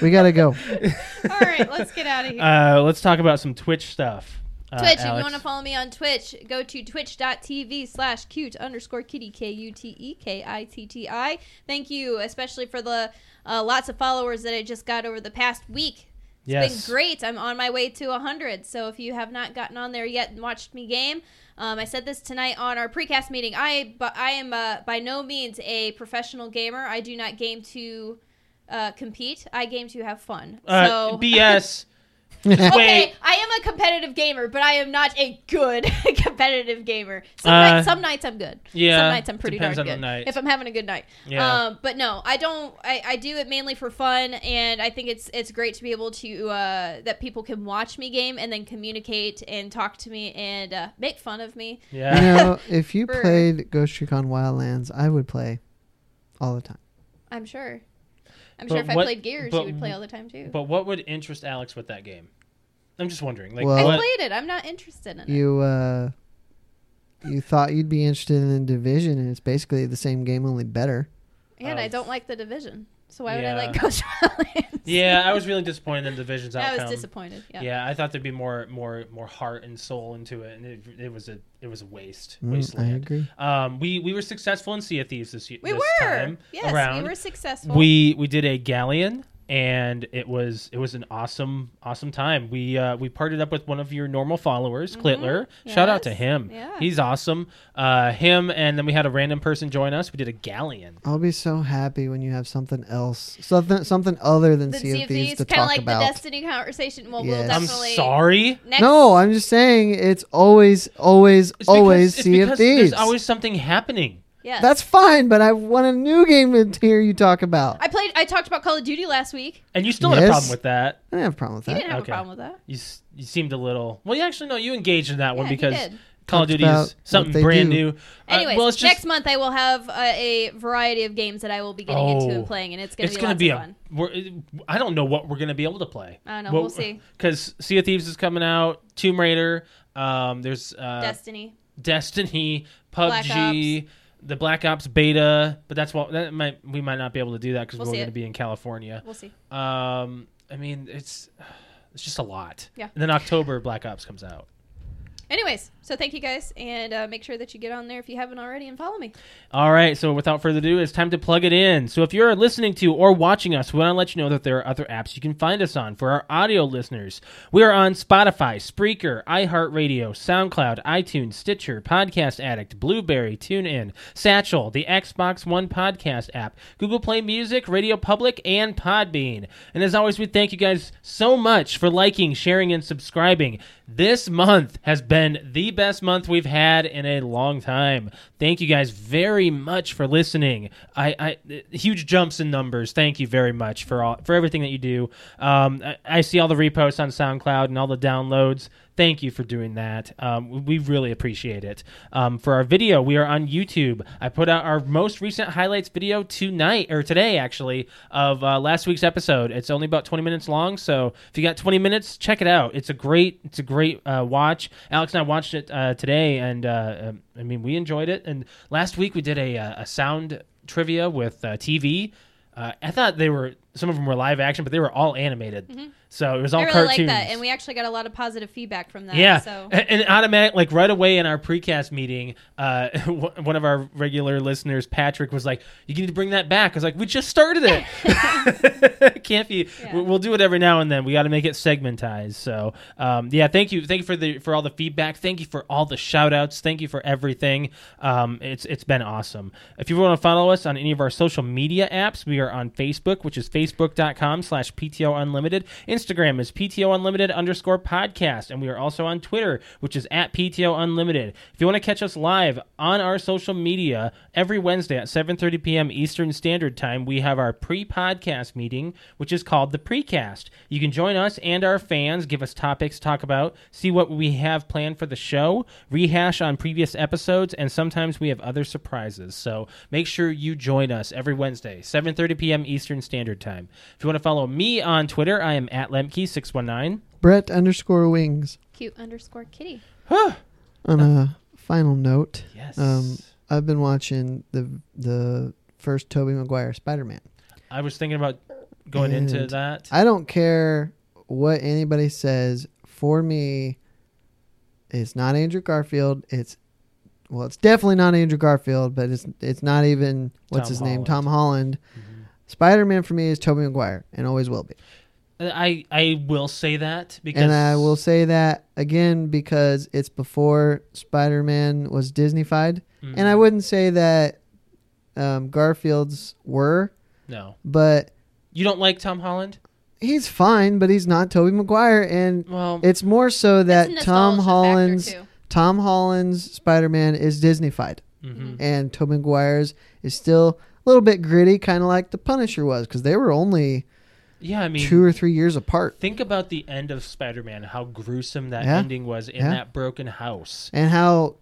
we gotta go.
all right, let's get
[LAUGHS]
out of here.
[LAUGHS] Uh, let's talk about some Twitch stuff. Uh,
Twitch, if you
Alex.
want to follow me on Twitch, go to twitch.tv slash cute underscore kitty, K U T E K I T T I. Thank you, especially for the uh, lots of followers that I just got over the past week. It's
Yes.
been great. I'm on my way to 100. So if you have not gotten on there yet and watched me game, um, I said this tonight on our precast meeting. I, bu- I am uh, by no means a professional gamer. I do not game to uh, compete, I game to have fun.
Uh,
so. [LAUGHS]
[LAUGHS]
BS.
Okay, [LAUGHS]
Wait.
I am a competitive gamer, but I am not a good [LAUGHS] competitive gamer. Some, night-
Uh,
some nights I'm good.
yeah,
Some nights I'm pretty darn
depends
good.
on the night.
If I'm having a good night.
Yeah.
Um, but no, I don't. I, I do it mainly for fun, and I think it's it's great to be able to uh, that people can watch me game and then communicate and talk to me and uh, make fun of me.
You
Yeah.
know, if you
For-
played Ghost Recon Wildlands, I would play all the time.
I'm sure. I'm
But
sure if I
what-
played Gears,
but
you would play
w-
all the time too.
But what would interest Alex with that game? I'm just wondering. Like,
Well-
I
what?
played it. I'm not interested in it.
You uh, you thought you'd be interested in Division, and it's basically the same game, only better.
and I
of-
don't like the division. So why would I
Yeah.
like [LAUGHS] Ghost Wildlands?
yeah, I was really disappointed in
[LAUGHS]
Division's
I
outcome.
was disappointed.
Yeah.
Yeah.
I thought there'd be more, more, more heart and soul into it, and it, it was a, it was a waste,
Mm, I
wasteland.
agree.
Um, we we were successful in Sea of Thieves this year.
We
this
were.
Time
yes,
around.
we were successful.
we we did a galleon and it was it was an awesome awesome time we uh we partnered up with one of your normal followers clitler shout out to
Mm-hmm. Yes.
him
Yeah.
he's awesome uh him and then we had a random person join us we did a galleon
I'll be so happy when you have something else, something something other than
the
Sea of Thieves to
kind of
talk
like
about.
the Destiny conversation. Well, we'll
Yes.
i'm
definitely.
sorry
Next,
no, I'm just saying it's always, always,
It's because-
always
it's
Sea of
because
Thieves.
there's always something happening
Yes.
That's fine, but I want a new game to hear you talk about. I
I played. I talked about Call of Duty last week.
and you still had a
Yes.
problem with that
don't have a problem with
He
that.
didn't have
Uh, Okay.
a problem with that.
you s- you seemed a little well you actually no you engaged in that one
Yeah, he
because
did.
call
Talked
of duty
about
is
what
something
they
brand
do.
new Uh,
Anyways,
well it's just
next month I will have uh, a variety of games that I will be getting into
Oh.
and playing, and it's going to
it's
be
gonna
lots
be
of
a.
fun.
We're, I don't know what we're gonna be able to play.
I don't know. We'll see.
Because Sea of Thieves is coming out. Tomb Raider. Um, there's uh,
Destiny.
Destiny,
Black
PUBG, the Black Ops beta. But that's what that might we might not be able to do that because
We'll
we're
see
gonna
it.
be in California.
We'll see.
Um, I mean it's it's just a lot.
Yeah.
And then October Black Ops comes out.
Anyways, so thank you guys, and uh, make sure that you get on there if you haven't already, and follow me.
All right, so without further ado, it's time to plug it in. So if you're listening to or watching us, we want to let you know that there are other apps you can find us on for our audio listeners. We are on Spotify, Spreaker, iHeartRadio, SoundCloud, iTunes, Stitcher, Podcast Addict, Blueberry, TuneIn, Satchel, the Xbox One podcast app, Google Play Music, Radio Public, and Podbean. And as always, we thank you guys so much for liking, sharing, and subscribing. This month has been the best month we've had in a long time. Thank you guys very much for listening. I, I uh, huge jumps in numbers. Thank you very much for all for everything that you do. Um, I, I see all the reposts on SoundCloud and all the downloads. Thank you for doing that. Um, we we really appreciate it. Um, for our video, we are on YouTube. I put out our most recent highlights video tonight or today, actually, of uh, last week's episode. It's only about 20 minutes long, so if you got 20 minutes, check it out. It's a great, it's a great uh, watch. Alex and I watched it uh, today, and uh, um, I mean, we enjoyed it. And last week we did a, uh, a sound trivia with uh, TV. Uh, I thought they were some of them were live action, but they were all animated, so it was all
Mm-hmm. I really
cartoons.
like that, and we actually got a lot of positive feedback from that.
Yeah,
So
A- and automatic like right away in our precast meeting, uh, [LAUGHS] one of our regular listeners, Patrick, was like, "You need to bring that back." I was like, "We just started
[LAUGHS]
it. [LAUGHS] Can't be.
Yeah.
we- We'll do it every now and then. We got to make it segmentized." So, um, yeah, thank you, thank you for the for all the feedback. Thank you for all the shout outs. Thank you for everything. Um, it's it's been awesome. If you want to follow us on any of our social media apps, we are on Facebook, which is facebook.com/pto unlimited, Instagram Instagram is PTO Unlimited underscore podcast, and we are also on Twitter, which is at PTO Unlimited. If you want to catch us live on our social media every Wednesday at 7:30 p.m. Eastern Standard Time, we have our pre-podcast meeting, which is called the Precast. You can join us and our fans, give us topics to talk about, see what we have planned for the show, rehash on previous episodes, and sometimes we have other surprises. So make sure you join us every Wednesday, 7:30 p.m. Eastern Standard Time. If you want to follow me on Twitter, I am at Lemke619.
Brett underscore wings.
Cute underscore kitty.
On a final note,
Yes.
um, I've been watching the the first Toby Maguire Spider Man.
I was thinking about going into
And
that.
I don't care what anybody says. For me, it's not Andrew Garfield. It's well, it's definitely not Andrew Garfield, but it's it's not even what's
Tom
his name,
Holland. Mm-hmm.
Tom Holland. Spider Man for me is Tobey Maguire, and always will be.
I I will say that because
And I will say that again because it's before Spider Man was Disneyfied, and
Mm-hmm.
I wouldn't say that um, Garfield's were,
no.
but
You don't like Tom Holland?
he's fine, but he's not Tobey Maguire, and
Well,
It's more so
It's
that
a nostalgia
Tom
factor,
Holland's
too.
Tom Holland's Spider Man is Disneyfied,
mhm.
and Tobey Maguire's is still a little bit gritty, kind of like the Punisher was, because they were only
yeah, I mean,
two or three years apart,
think about the end of Spider-Man, how gruesome that
Yeah.
ending was in
Yeah.
that broken house.
and how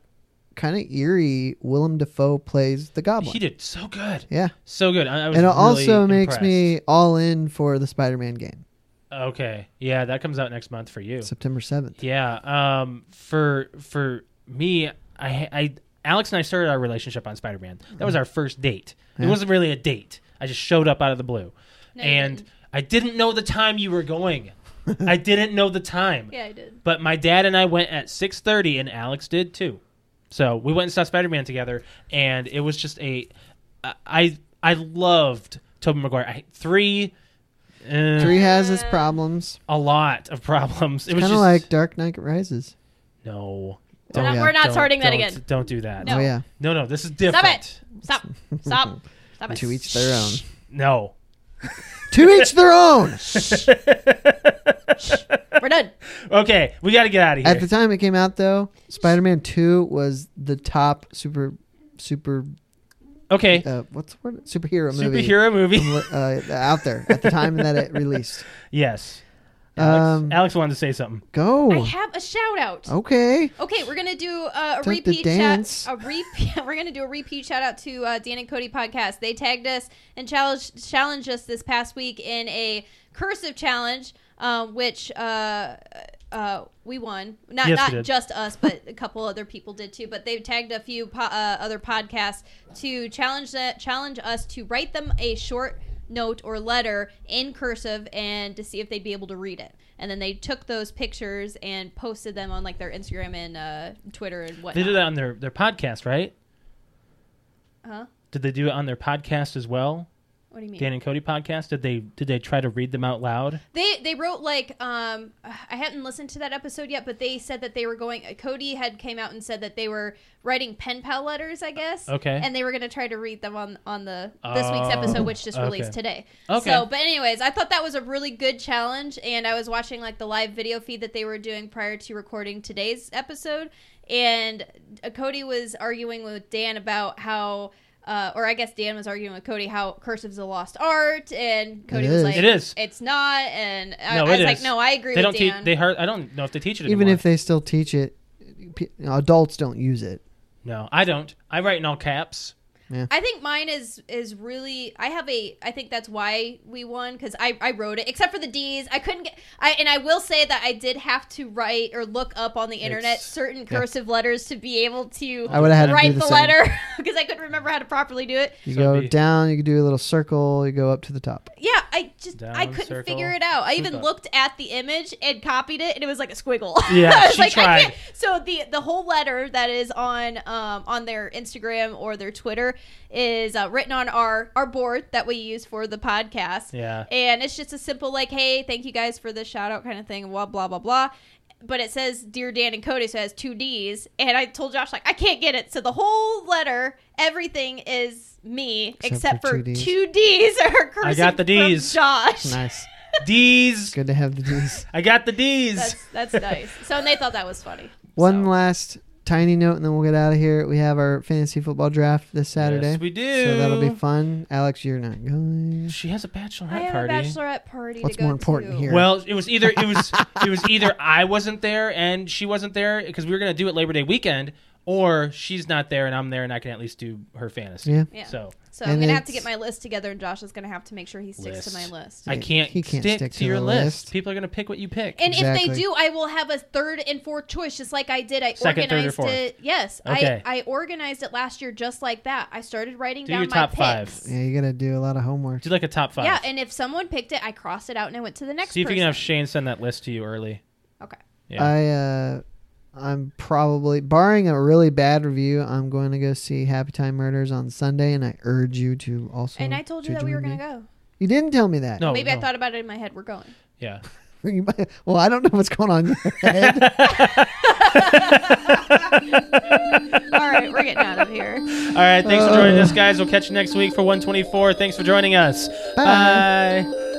kind of eerie Willem Dafoe plays the Goblin.
He did so good,
Yeah,
so good. I, I was
and it
really
also makes
impressed.
me all in for the Spider Man game,
okay. Yeah, that comes out next month for you.
September seventh.
Yeah. Um. For for me, I I Alex and I started our relationship on Spider Man. That was our first date. It
Mm-hmm. Yeah.
wasn't really a date. I just showed up out of the blue,
No, you
and
didn't.
I didn't know the time you
[LAUGHS]
were going. I didn't know the time.
Yeah, I did.
But my dad and I went at six thirty, and Alex did too. So we went and saw Spider Man together, and it was just a I I, I loved Tobey Maguire. I, three. Uh,
Three has its
Yeah.
problems.
a lot of problems. It
It's
was
kind of
just
like Dark Knight Rises.
no.
We're
Oh,
not,
yeah.
we're not
Don't-
starting that
don't-
again.
Don't do that.
No.
Oh yeah,
No, no, this is different.
it.
[LAUGHS]
Stop. Stop. Stop it.
to each their own.
No.
to each
[LAUGHS]
their own.
We're done.
Okay, we got to get out of here.
At the time it came out, though, Spider Man Two was the top super, super,
okay,
uh, what's the word? Superhero [LAUGHS] movie
superhero movie. [LAUGHS]
uh, out there at the time that it released.
yes. [LAUGHS] Alex,
Um,
Alex wanted to say something.
I
Go.
have a shout out.
Okay.
Okay, we're gonna do uh, a
Don't Oh. the
repeat
dance.
chat. A [LAUGHS] repeat. We're gonna do a repeat shout out to uh, Dan and Cody podcast. They tagged us and challenge challenged us this past week in a cursive challenge, um, which uh, uh, we won. Not
Yes, we
not
did.
just us, but a couple other people did too. But they've tagged a few po- uh, other podcasts to challenge that challenge us to write them a short note or letter in cursive and to see if they'd be able to read it. And then they took those pictures and posted them on like their Instagram and uh, Twitter and whatnot.
They did it on their, their podcast, right?
Huh?
Did they do it on their podcast as well?
What do you mean?
Dan and Cody podcast? Did they did they try to read them out loud?
They they wrote like um I hadn't listened to that episode yet, but they said that they were going. Cody had came out and said that they were writing pen pal letters, I guess.
Uh, Okay.
And they were going to try to read them on on the this
Oh,
week's episode, which just released
okay.
today.
Okay.
So, but anyways, I thought that was a really good challenge, and I was watching like the live video feed that they were doing prior to recording today's episode, and uh, Cody was arguing with Dan about how. Uh, or I guess Dan was arguing with Cody how cursive's a lost art, and Cody was
is.
like,
It is.
it's not." And I,
No,
I was
it
like,
is.
"No, I agree
They
with
don't teach.
Dan."
They heard. I don't know if they teach it
Even
anymore.
if they still teach it, pe- adults don't use it.
no, I don't. I write in all caps.
I think mine is is really. I have a. I think that's why we won because I I wrote it except for the D's. I couldn't get. I and I will say that I did have to write or look up on the internet
It's-
certain cursive letters to be able to
I would have had to do
write
the
the,
same.
letter [LAUGHS] because I couldn't remember how to properly do it.
You
So
go
be-
down, you do a little circle, you go up to the top.
[LAUGHS]
Yeah, I just I
Down,
couldn't
circle,
figure it out. I even
up.
looked at the image and copied it, and it was like a squiggle. [LAUGHS]
Yeah,
I was
she
like,
tried.
I can't. So the the whole letter that is on um, on their Instagram or their Twitter is uh, written on our our board that we use for the podcast.
Yeah.
and it's just a simple like, hey, thank you guys for the shout out kind of thing, blah blah blah blah. But it says dear Dan and Cody, so it has two D's. And I told Josh like I can't get it. So the whole letter, everything is me
Except
except,
for
for
two Ds.
two D's are cursing
I got the
from
Ds.
Josh.
Nice.
D's.
Good to have the
[LAUGHS]
D's.
I got the D's.
That's that's nice. So and they thought that was funny.
One
So-
last tiny note, and then we'll get out of here. We have our fantasy football draft this Saturday.
Yes, we do.
So that'll be fun. Alex, you're not going.
She has a bachelorette
I have
party.
a bachelorette party.
What's
to go
more important
to.
here?
Well, it was either it was it was either I wasn't there and she wasn't there because we were gonna do it Labor Day weekend, or she's not there and I'm there and I can at least do her fantasy.
Yeah.
Yeah.
So
So
And
I'm gonna have to
it's-
get my list together, and Josh is gonna have to make sure he sticks to my
List.
list.
I can't,
he can't
stick,
stick
to,
to
your
the
list.
list.
People are gonna pick what you pick.
And if
Exactly.
they do, I will have a third and fourth choice, just like I did. I
Second, third, or
organized
fourth.
it. Yes,
Okay.
I, I organized it last year just like that. I started writing
Do
down
your
my
top
picks.
five.
Yeah, you gotta do a lot of homework.
do like a top five.
Yeah, and if someone picked it, I crossed it out and I went to the next.
see if you
person.
can have Shane send that list to you early.
Okay.
Yeah.
I uh, I'm probably barring a really bad review. I'm going to go see Happy Time Murders on Sunday, and I urge you to also.
and I told you
to
that we were
join
gonna
me.
go.
You didn't tell me that.
no,
Maybe I
Oh, no.
thought about it in my head. We're going.
Yeah.
[LAUGHS] You might- well, I don't know what's going on in your
[LAUGHS]
head.
All right, we're getting out of here.
All right. Thanks for joining us, guys. We'll catch you next week for 124. Thanks for joining us.
Bye.
Bye.